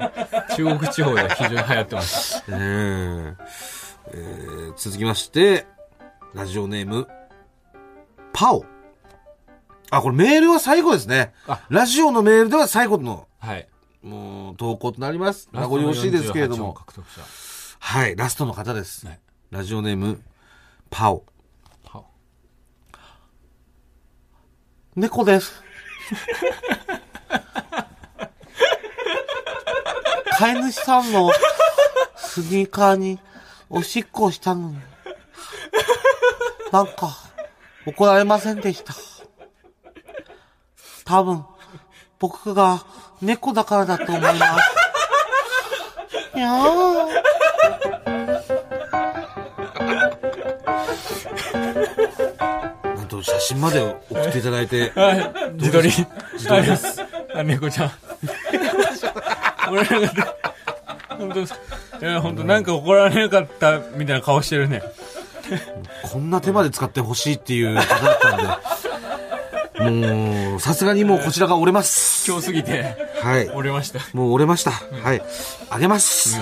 S1: 中国地方では非常に流行ってます。
S2: えーえー続きまして、ラジオネーム、パオ。あ、これメールは最後ですね
S1: あ。
S2: ラジオのメールでは最後の、
S1: はい。
S2: もう、投稿となります。名残惜しいですけれども。
S1: ラストの48獲得者
S2: はい、ラストの方です。
S1: はい
S2: ラジオネーム、パオ。
S1: パオ
S2: 猫です。飼い主さんのスニーカーにおしっこをしたのに、なんか怒られませんでした。多分、僕が猫だからだと思います。いやー。なんと写真まで送っていただ
S1: <laughs>
S2: いて。
S1: はい。自撮り。自撮りです。あ、猫ちゃん。俺なんか、本当です。いや、本当なんか怒られなかったみたいな顔してるね。
S2: こんな手まで使ってほしいっていう方だったんで、もう、さすがにもうこちらが折れます。
S1: 今日すぎて、
S2: はい。
S1: 折れました。
S2: もう折れました。はい。あげます。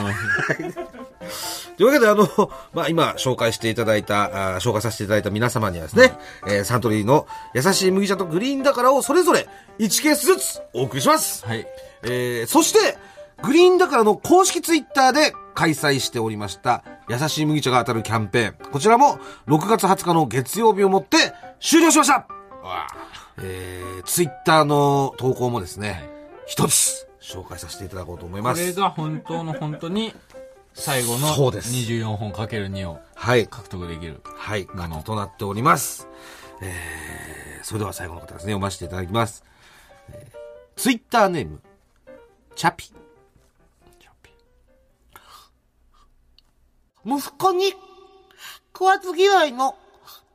S2: というわけで、あの、 <laughs> まあ、今、紹介していただいた、あー紹介させていただいた皆様にはですね、えーサントリーの優しい麦茶とグリーンだからをそれぞれ1ケースずつお送りします。
S1: はい。
S2: えーそして、グリーンだからの公式ツイッターで開催しておりました、優しい麦茶が当たるキャンペーン。こちらも、6月20日の月曜日をもって終了しましたえー、ツイッターの投稿もですね、一、つ紹介させていただこうと思いま
S1: これ
S2: す。
S1: が本当の本当に最後の
S2: そうです
S1: 24本かける2を
S2: はい。
S1: 獲得できる。
S2: はい。
S1: もの
S2: 型となっております。えーそれでは最後の方ですね、読ませていただきます。えー、ツイッターネーム、チャピ。
S3: 息子に食わず嫌いの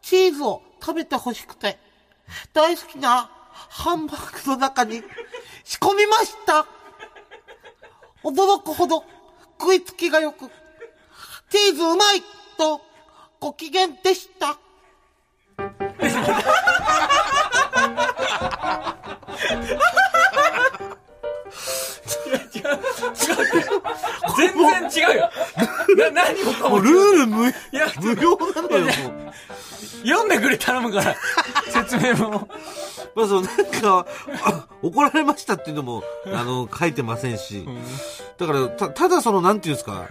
S3: チーズを食べてほしくて、大好きなハンバーグの中に仕込みました。驚くほど食いつきが良く、チーズうまいとご機嫌でした。
S1: 全然違うよ。な、何もか
S2: も
S1: も
S2: う。ルール無
S1: いや、
S2: 無料な <laughs> のよ、もう。
S1: 読んでくれ頼むから。説明も。
S2: <laughs> まあそのなんか、あ怒られましたっていうのも、あの、書いてませんし。だから、た、ただその、なんていうんですか、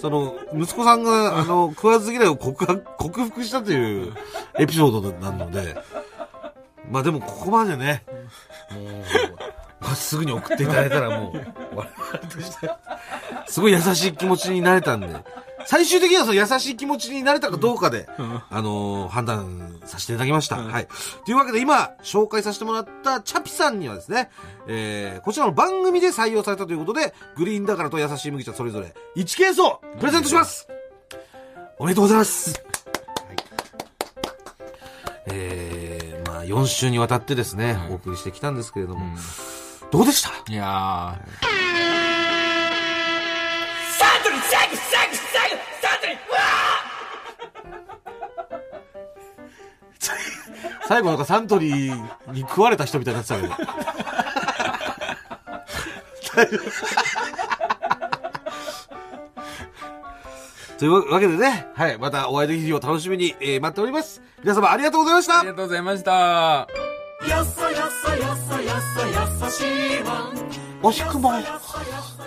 S2: その、息子さんが、あの、食わず嫌いを克服克服したというエピソードなので、まあでもここまでね、もう、まっすぐに送っていただいたらもう、我々として、すごい優しい気持ちになれたんで、最終的にはその優しい気持ちになれたかどうかで、あのー判断させていただきました。はい。というわけで今、紹介させてもらったチャピさんにはですね、えー、こちらの番組で採用されたということで、グリーンだからと優しい麦茶それぞれ1ケースをプレゼントしますおめでとうございます、はい、えー、まあ4週にわたってですね、お送りしてきたんですけれども、どうでした
S1: いや
S2: 最後なんかサントリーに食われた人みたいになってたけど。 <laughs> というわけでね、はい、またお会いできる日を楽しみに、えー待っております。皆様ありがとうございまし
S1: あ
S2: た
S1: りがとうございました。
S3: 惜しくも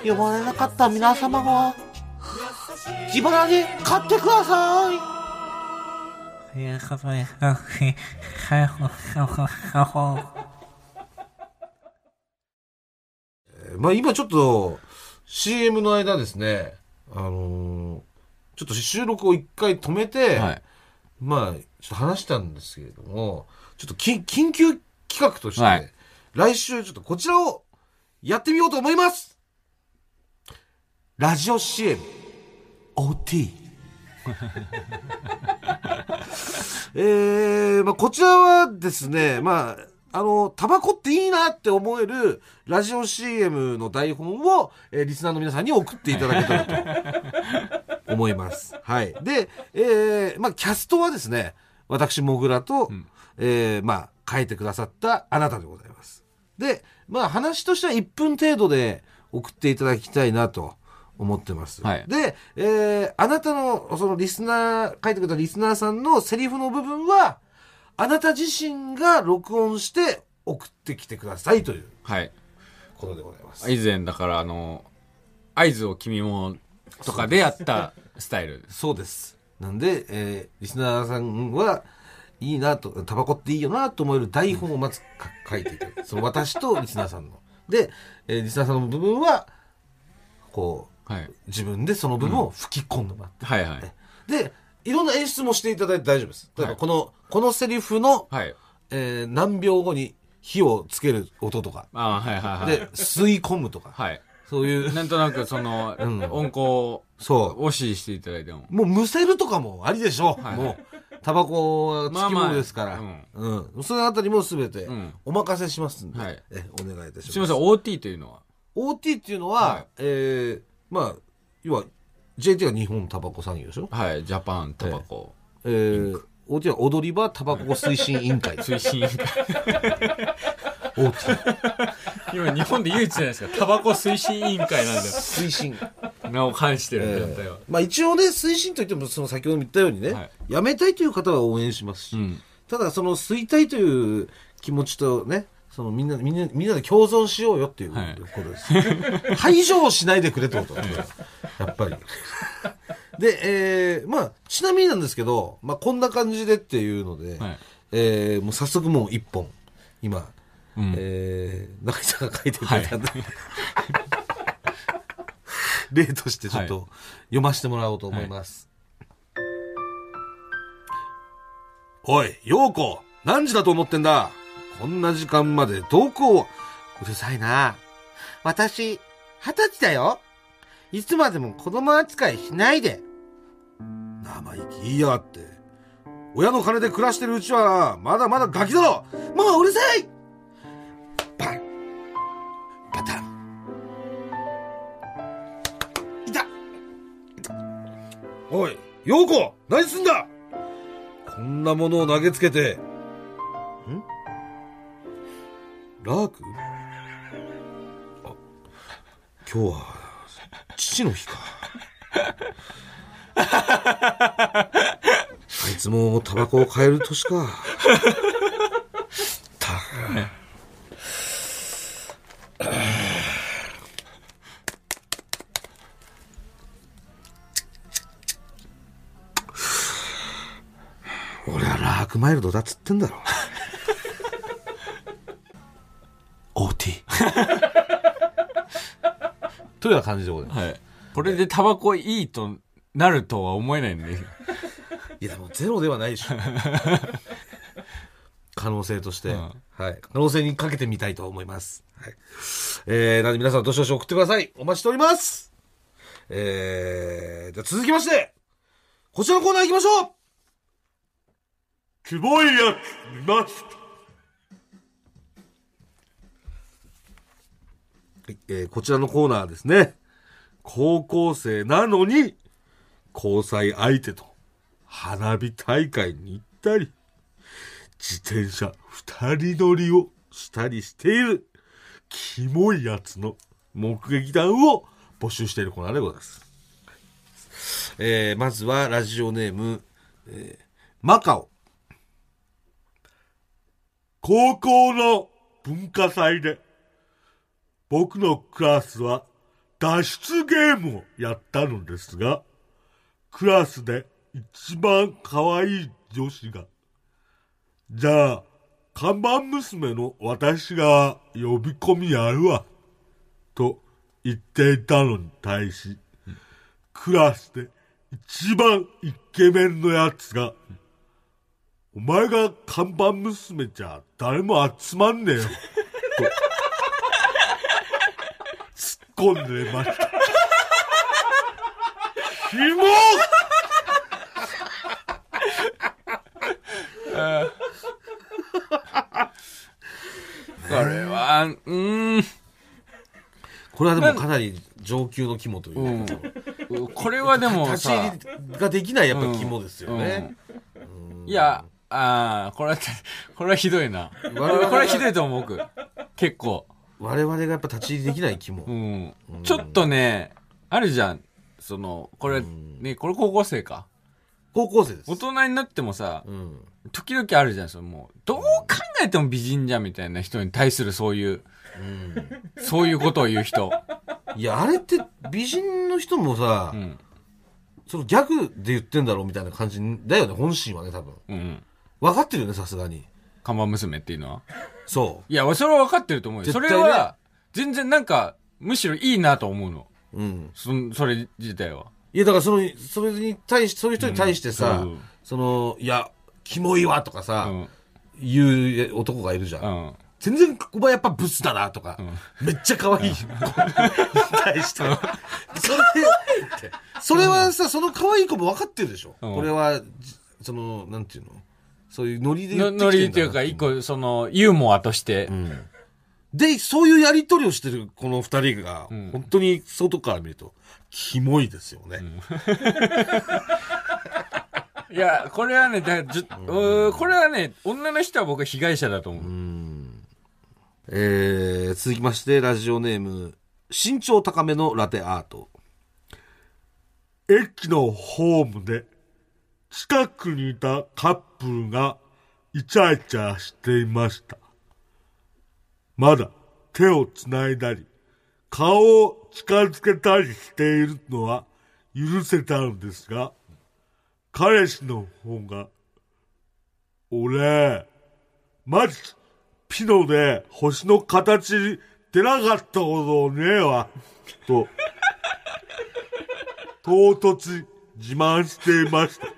S3: 呼ばれなかった皆様は自腹で買ってください。
S2: まあ今ちょっと CM の間ですね、あのーちょっと収録を一回止めて、
S1: はい。
S2: まあ、ちょっと話したんですけれども、ちょっとき緊急企画として、
S1: はい
S2: 来週ちょっとこちらをやってみようと思いますラジオ CM OT。えー、まあこちらはですね、まあ、あの、タバコっていいなって思えるラジオ CM の台本を、えーリスナーの皆さんに送っていただけたらと思います。 <laughs> はい。で、えー、まあ、キャストはですね、私、もぐらと、えーまあ、書いてくださったあなたでございます。で、まあ、話としては1分程度で送っていただきたいなと思ってます。
S1: はい
S2: で、えーあなたの、そのリスナー、書いてくれたリスナーさんのセリフの部分は、あなた自身が録音して送ってきてくださいという
S1: はい。
S2: ことでございます。
S1: 以前、だから、あの、合図を君も、とかでやったスタイルです。
S2: そうです。なんで、えーリスナーさんは、いいなと、タバコっていいよなと思える台本をまずか書いていただく。その私とリスナーさんの。で、えーリスナーさんの部分は、こう、
S1: はい。
S2: 自分でその部分を吹き込んでもらって。
S1: はいはい。
S2: で、いろんな演出もしていただいて大丈夫です。例えば
S1: はい
S2: この、このセリフの、
S1: はい。
S2: えー何秒後に火をつける音とか、
S1: ああ、はいはいはい
S2: で、。吸い込むとか、
S1: はい。
S2: そういう、
S1: なんとなく、その、
S2: ん
S1: 音効
S2: そう。
S1: を指示していただいても。
S2: もうむせるとかもありでしょ、
S1: はい
S2: もうタバコはつきものですから、
S1: まあま
S2: うんそのあたりも全て
S1: うん
S2: お任せしますんで、
S1: はい
S2: えお願いいたします
S1: すみません、OT というのは。
S2: OT っていうのは、
S1: はい
S2: えーまあ要は JT が日本タバコ産業でしょ、
S1: はい。ジャパン、タバコ、
S2: えー、OT は踊り場タバコ推進委員会、
S1: 推進委員会。
S2: OT
S1: 今、日本で唯一じゃないですか。タバコ推進委員会なんだよ。
S2: 推進
S1: 名を冠してる団体は。
S2: まあ一応ね推進といってもその先ほども言ったようにね、
S1: はい
S2: やめたいという方は応援しますし、
S1: うん
S2: ただその吸いたいという気持ちとねそのみんなみんなみんなで共存しようよっていう
S1: はい
S2: ことです、 <laughs> 排除をしないでくれって
S1: <laughs>
S2: ことやっぱりで、えーまあちなみになんですけど、まあ、こんな感じでっていうので、
S1: はい
S2: えーもう早速もう一本今、
S1: ん
S2: えー中井さんが書いてくれたんで、 <laughs> 例としてちょっと読ませてもらおうと思います。おい、陽子
S4: 何時だと思ってんだこんな時間までどこを、うるさいな。
S5: 私、二十歳だよ。いつまでも子供扱いしないで。
S4: 生意気言いやがって。親の金で暮らしてるうちは、まだまだガキだろ
S5: もううるさい
S4: バンバタン
S5: いた
S4: おい、陽子何すんだこんなものを投げつけて。んラークあ、今日は、父の日か。あいつもタバコを買える年か。た俺はラークマイルドだっつってんだろ OT <laughs> というような感じでございます
S1: はい。これでタバコいいとなるとは思えないんで。
S4: いやもうゼロではないでし
S1: <laughs>
S4: ょ可能性として、
S1: うん
S4: はい、可能性にかけてみたいと思います、はいえー、なんで皆さんどしどし送ってくださいお待ちしておりますえー、じゃあ続きましてこちらのコーナー行きましょう
S2: キモいやつ見ました
S4: はいえーこちらのコーナーですね。高校生なのに、交際相手と花火大会に行ったり、自転車二人乗りをしたりしている、キモいやつの目撃談を募集しているコーナーでございます。えーまずはラジオネーム、えーマカオ。
S2: 高校の文化祭で、僕のクラスは脱出ゲームをやったのですが、クラスで一番可愛い女子が、じゃあ、看板娘の私が呼び込みやるわ、と言っていたのに対し、クラスで一番イケメンのやつが、お前が看板娘じゃ誰も集まんねえよ。と突っ込んでました。キモ
S1: これは、うーん。
S4: これはでもかなり上級の肝といううんか、
S1: これはでも
S4: 立ち入
S1: さ、
S4: りができないやっぱ肝ですよね。
S1: いや、ああ、これは、これはひどいな。これはひどいと思う、僕。結構。
S4: 我々がやっぱ立ち入りできない肝。
S1: うん。ちょっとね、あるじゃん。その、これ、ね、これ高校生か。
S4: 高校生です
S1: 大。人になってもさ、
S4: うん。
S1: 時々あるじゃん、そのもう。どう考えても美人じゃんみたいな人に対するそういう、そういうことを言う人。 <laughs>
S4: いや、あれって美人の人もさ、
S1: うん。
S4: そのギャグで言ってんだろうみたいな感じだよね、本心はね、多分。
S1: うん。
S4: 分かってるよね、さすがに。
S1: 看板娘っていうのは。
S4: そ
S1: いや、それは分かってると思うよ。
S4: 絶
S1: そ
S4: 対
S1: れ
S4: ね
S1: は、全然なんか、むしろいいなと思うの。
S4: う。うん。
S1: そんそれ自体は。
S4: いや、だからその、それに対し、そういう人に対してさ、
S1: うん
S4: その、いや、キモいわとかさ、
S1: うん。
S4: 言う男がいるじゃん。
S1: うん。
S4: 全然、お前やっぱブスだなとか、めっちゃ可 <laughs> 愛い。子に対して。それ、それはさ、その可愛い子も分かってるでしょ。
S1: うん
S4: これは、じその、なんていうのそういうノリで言
S1: の
S4: ってきてんだ
S1: ノ
S4: な
S1: リというか、一個、その、ユーモアとして。
S4: で、そういうやりとりをしてるこの二人が、本当に外から見ると、キモいですよね。
S1: いや、これはね、だじゅうーこれはね、女の人は僕は被害者だと思う。
S4: えー、続きまして、ラジオネーム、身長高めのラテアート。
S2: 駅のホームで、近くにいたカップルがイチャイチャしていました。まだ手を繋いだり、顔を近づけたりしているのは許せたのですが、彼氏の方が、俺、マジ、ピノで星の形に出なかったことねえわ、と。唐突自慢していました。い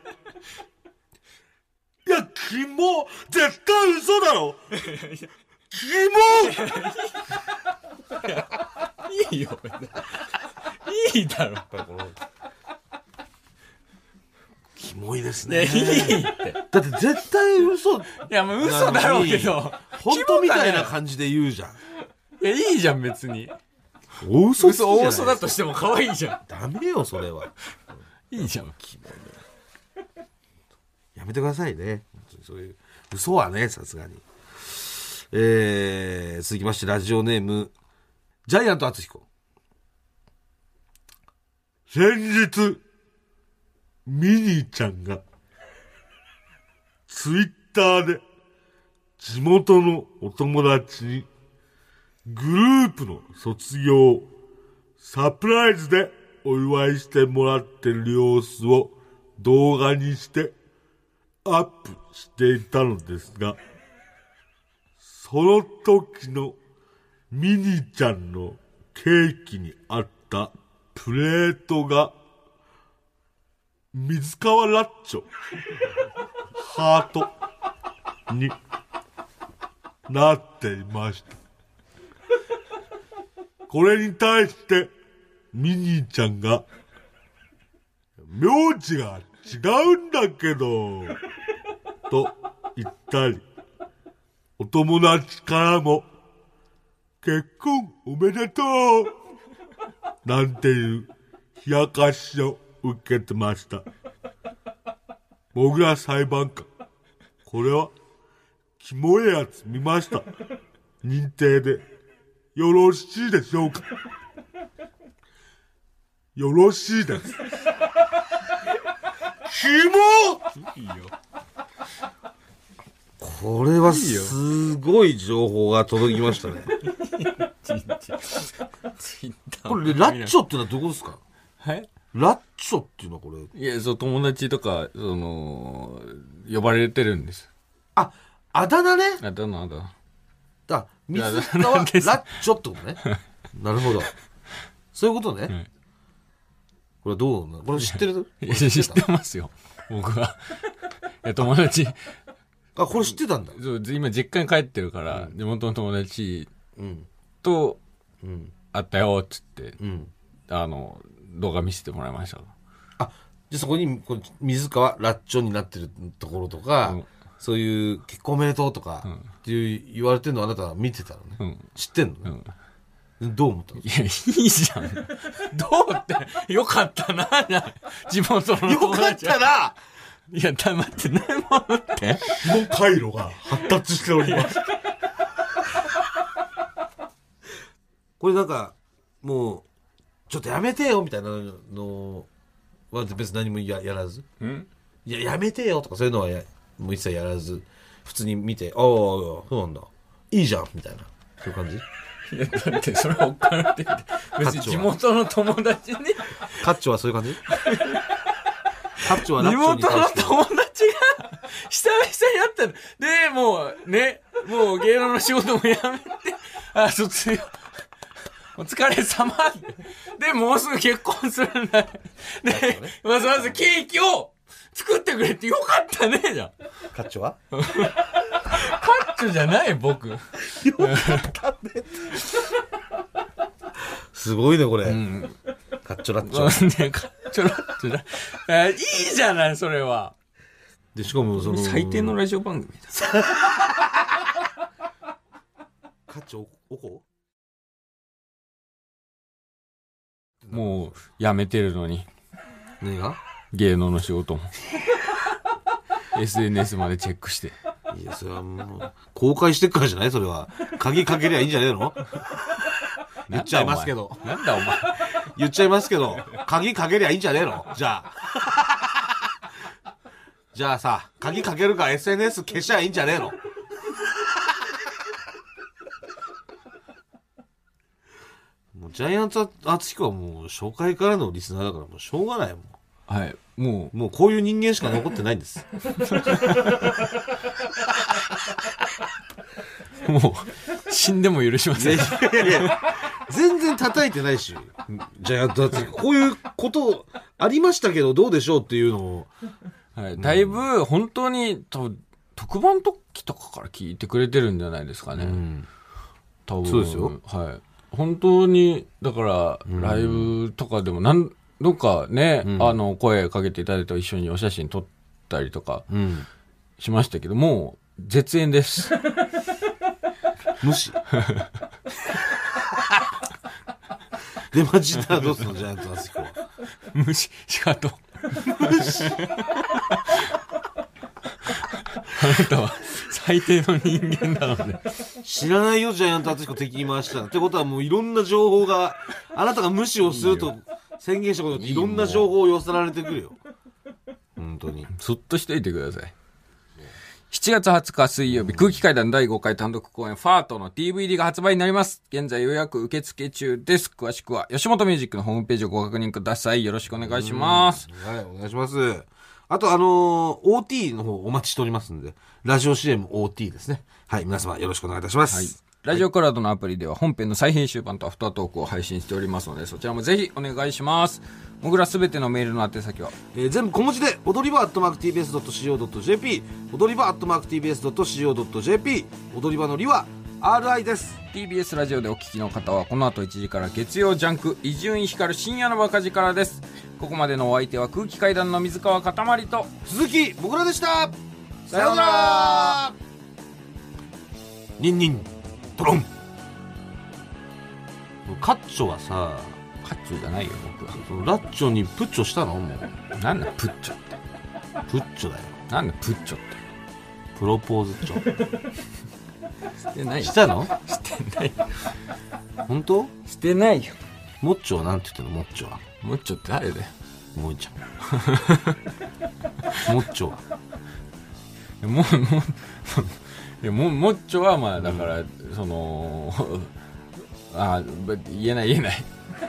S2: や、キモ絶対嘘だろキモ
S6: いいよ、別にいいだろ、この。
S4: キモいです
S6: いや、い
S4: ね。
S6: いって。
S4: だって絶対嘘。
S1: いや、もう嘘だろうけど。
S4: 本当みたいな感じで言うじゃん。
S1: いや、いいじゃん、別に。
S4: 大嘘つきじゃ
S1: 嘘、
S4: ない
S1: 大嘘だとしても可愛いじゃ
S4: ダメよ、それは。
S1: ん。いいじゃん。
S4: やめてくださいね。本当にそういう。嘘はね、さすがに。えー、続きまして、ラジオネーム、ジャイアント厚彦。
S2: 先日、ミニーちゃんが、ツイッターで、地元のお友達に、グループの卒業をサプライズでお祝いしてもらってる様子を動画にしてアップしていたのですが、その時のミニちゃんのケーキにあったプレートが、水川ラッチョ、ハートになっていました。これに対して、ミニーちゃんが、名字が違うんだけど、と言ったり、お友達からも、結婚おめでとうなんていう冷やかしを受けてました。もぐら裁判官。これは、キモいやつ見ました。認定で、よろしいでしょうかよろしいです。キモ
S4: これはすごい情報が届きましたね。これ、ラッチョってのはどこですか
S1: はい
S4: ラッチョっていうのはこれ。
S1: いや、そう、友達とか、その、呼ばれてるんです。
S4: あ、あだ名ね。
S1: あ、だな、だな。
S4: あ、水川ラッチョってことね。なるほど。そういうことね。
S1: ん
S4: これどうなのこれ知ってる
S1: いや知ってますよ。僕は。いや、友達、
S4: あ、これ知ってたんだ。
S1: そう今実家に帰ってるから、地元の友達
S4: うん。
S1: と
S4: うん。
S1: 会ったよ、っつって、
S4: うん。
S1: あの、動画見せてもらいました。
S4: あ、じゃあそこに、こう水川ラッチョになってるところとか、
S1: うん
S4: そういう結婚おめでとうとか、
S1: ん
S4: っていう言われてるのあなたは見てたのね。
S1: うん。
S4: 知ってんの
S1: う
S4: ね、
S1: ん。
S4: どう思ったの
S1: いや、いいじゃ <laughs> ん。どうって、よかったな、じゃあ地元の
S4: よ
S1: 友
S4: かっ
S1: 達は。
S4: たら
S1: いや、黙ってないもんって。
S2: キモ回路が発達しております。
S4: これなんか、もう、ちょっとやめてよみたいなのは別に何もややらず。
S1: うん
S4: いや、やめてよとかそういうのはやもう一切やらず、普通に見て、ああ、そうなんだ。いいじゃんみたいな。そういう感じ
S1: いや、だってそれはおっからって言って。別に地元の友達に、
S4: カッチョはそういう感じカッチョはラ
S1: 地元の
S4: ッチョに
S1: 友
S4: 対し
S1: 達
S4: て。
S1: が、久々に会ったの。で、もう、ね、もう芸能の仕事もやめて、あ、卒業。お疲れ様。で、もうすぐ結婚するんだ。で、わざわざケーキを作ってくれてよかったね、じゃん。
S4: カッチョは
S1: カッチョじゃない、僕。
S4: すごいね、これ。
S1: ん。
S4: カッチョラッチョ。
S1: ね、カッチョラッチョだ。えいいじゃない、それは。
S4: で、しかもその、
S1: 最低のラジオ番組だ。
S4: カッチョおこ
S1: もう、やめてるのに。
S4: ねえが
S1: 芸能の仕事も。SNS までチェックして。
S4: いや、それはもう、公開してっからじゃないそれは。鍵かけりゃいいんじゃねえの言っちゃいますけど。
S1: なんだお前。
S4: 言っちゃいますけど、鍵かけりゃいいんじゃねえのじゃあ。じゃあさ、鍵かけるから SNS 消しちゃいいんじゃねえのもうジャイアント厚彦はもう紹介からのリスナーだからもうしょうがないもん。
S1: はい。もう、
S4: もうこういう人間しか残ってないんです。
S1: もう、死んでも許しません。
S4: いやいや全然叩いてないし、ジャイアント厚彦、こういうことありましたけどどうでしょうっていうのを、
S1: はい。だいぶ、本当に、と特番時とかから聞いてくれてるんじゃないですかね。
S4: うん。
S1: 多分
S4: そうですよ
S1: はい本当にだからライブとかでも何度かね、
S4: ん
S1: あの声かけていただいて一緒にお写真撮ったりとか
S4: うん。
S1: しましたけどもう絶縁です
S4: 無視。出待ちたらどうすんのジャイアンツあすきは。
S1: 無視しかと無視あなたは最低の人間なので
S4: 知らないよ、ジャイアント厚彦敵に回したら。ってことはもういろんな情報が、あなたが無視をすると宣言したことによっていろんな情報を寄せられてくるよ。本当に。
S1: そっとしといてください7月20日水曜日、空気階段第5回単独公演、ファートの DVD が発売になります。現在予約受付中です。詳しくは、吉本ミュージックのホームページをご確認ください。よろしくお願いします。
S4: はい、お願いします。あと、あのー OT の方お待ちしておりますんで、ラジオ CMOT ですね。はい、皆様よろしくお願いいたします。
S1: はい。ラジオクラウドのアプリでは本編の再編集版とアフタートークを配信しておりますので、そちらもぜひお願いします。もぐらすべてのメールの宛先は、
S4: えー全部小文字で踊り場 at mark tbs.co.jp 踊り場 at mark tbs.co.jp 踊り場のりは RI です
S1: TBS ラジオでお聞きの方はこの後1時から月曜ジャンク伊集院光る深夜のバカ力ですここまでのお相手は空気階段の水川かたまりと
S4: 鈴木もぐらでした
S1: さようなら
S4: ニンニントロンカッチョはさ
S1: カッチョじゃないよ僕は
S4: そのラッチョにプッチョしたのもう
S1: なんだプッチョって
S4: プッチョだよ
S1: なんだプッチョっ
S4: プロポーズチョ
S1: てしてない
S4: したの
S1: してない
S4: 本当
S1: してないよ
S4: モッチョはなんて言ってんのモッチョは
S1: もうちょっと誰だよ
S4: もいちゃん <laughs> モッチョはい
S1: やもうもういやもうもっちょはまあだから、そのあぶ言えない言えない
S4: え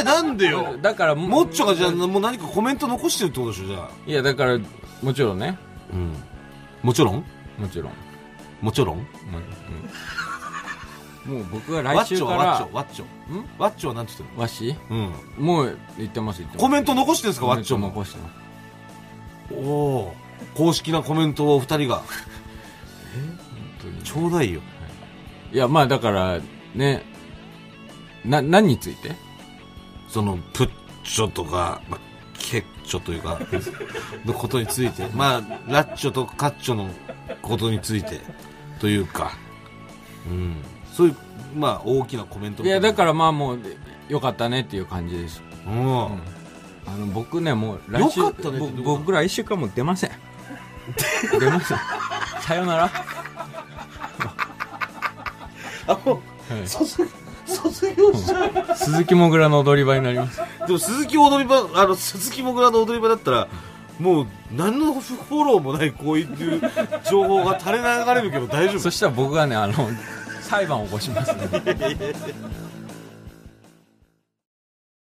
S4: ー、なんでよ
S1: だから
S4: モッチョがじゃあもう何かコメント残してるってことでしょじゃあ
S1: いやだからもちろんね
S4: うんもちろん
S1: もちろん
S4: もちろん
S1: もう僕は
S4: ワッ
S1: 来
S4: チ
S1: 週
S4: ョ
S1: か
S4: は
S1: ら
S4: ワッチョワッチョワッチョは何て言って
S1: わし
S4: るのうん
S1: もう言ってます言ってます
S4: コメント残してるんですかワッチョ
S1: コメント
S4: も
S1: 残してます
S4: おおー公式なコメントをお二人がちょうだいよ
S1: いやまあだからねな何について
S4: そのプッチョとか、まあ、ケッチョというか <laughs> のことについてまあラッチョとカッチョのことについてというかうんそういうまあ大きなコメント
S1: いやだかららまあもうよかったねっていう感じです
S4: うん、
S1: あの僕ねもう来週
S4: よかったねってどういうこと
S1: ぼ僕来週からもう出ません出ま
S4: <laughs>
S1: せんさよなら
S4: あも
S1: は
S4: う、
S1: い
S4: 卒卒業しちゃう
S1: 鈴木もぐらの踊り場になります
S4: でも鈴木踊り場あの鈴木もぐらの踊り場だったらもう何のフォローもないこういう情報が垂れ流れるけど大丈夫
S1: そしたら僕がねあの裁判を起こしますね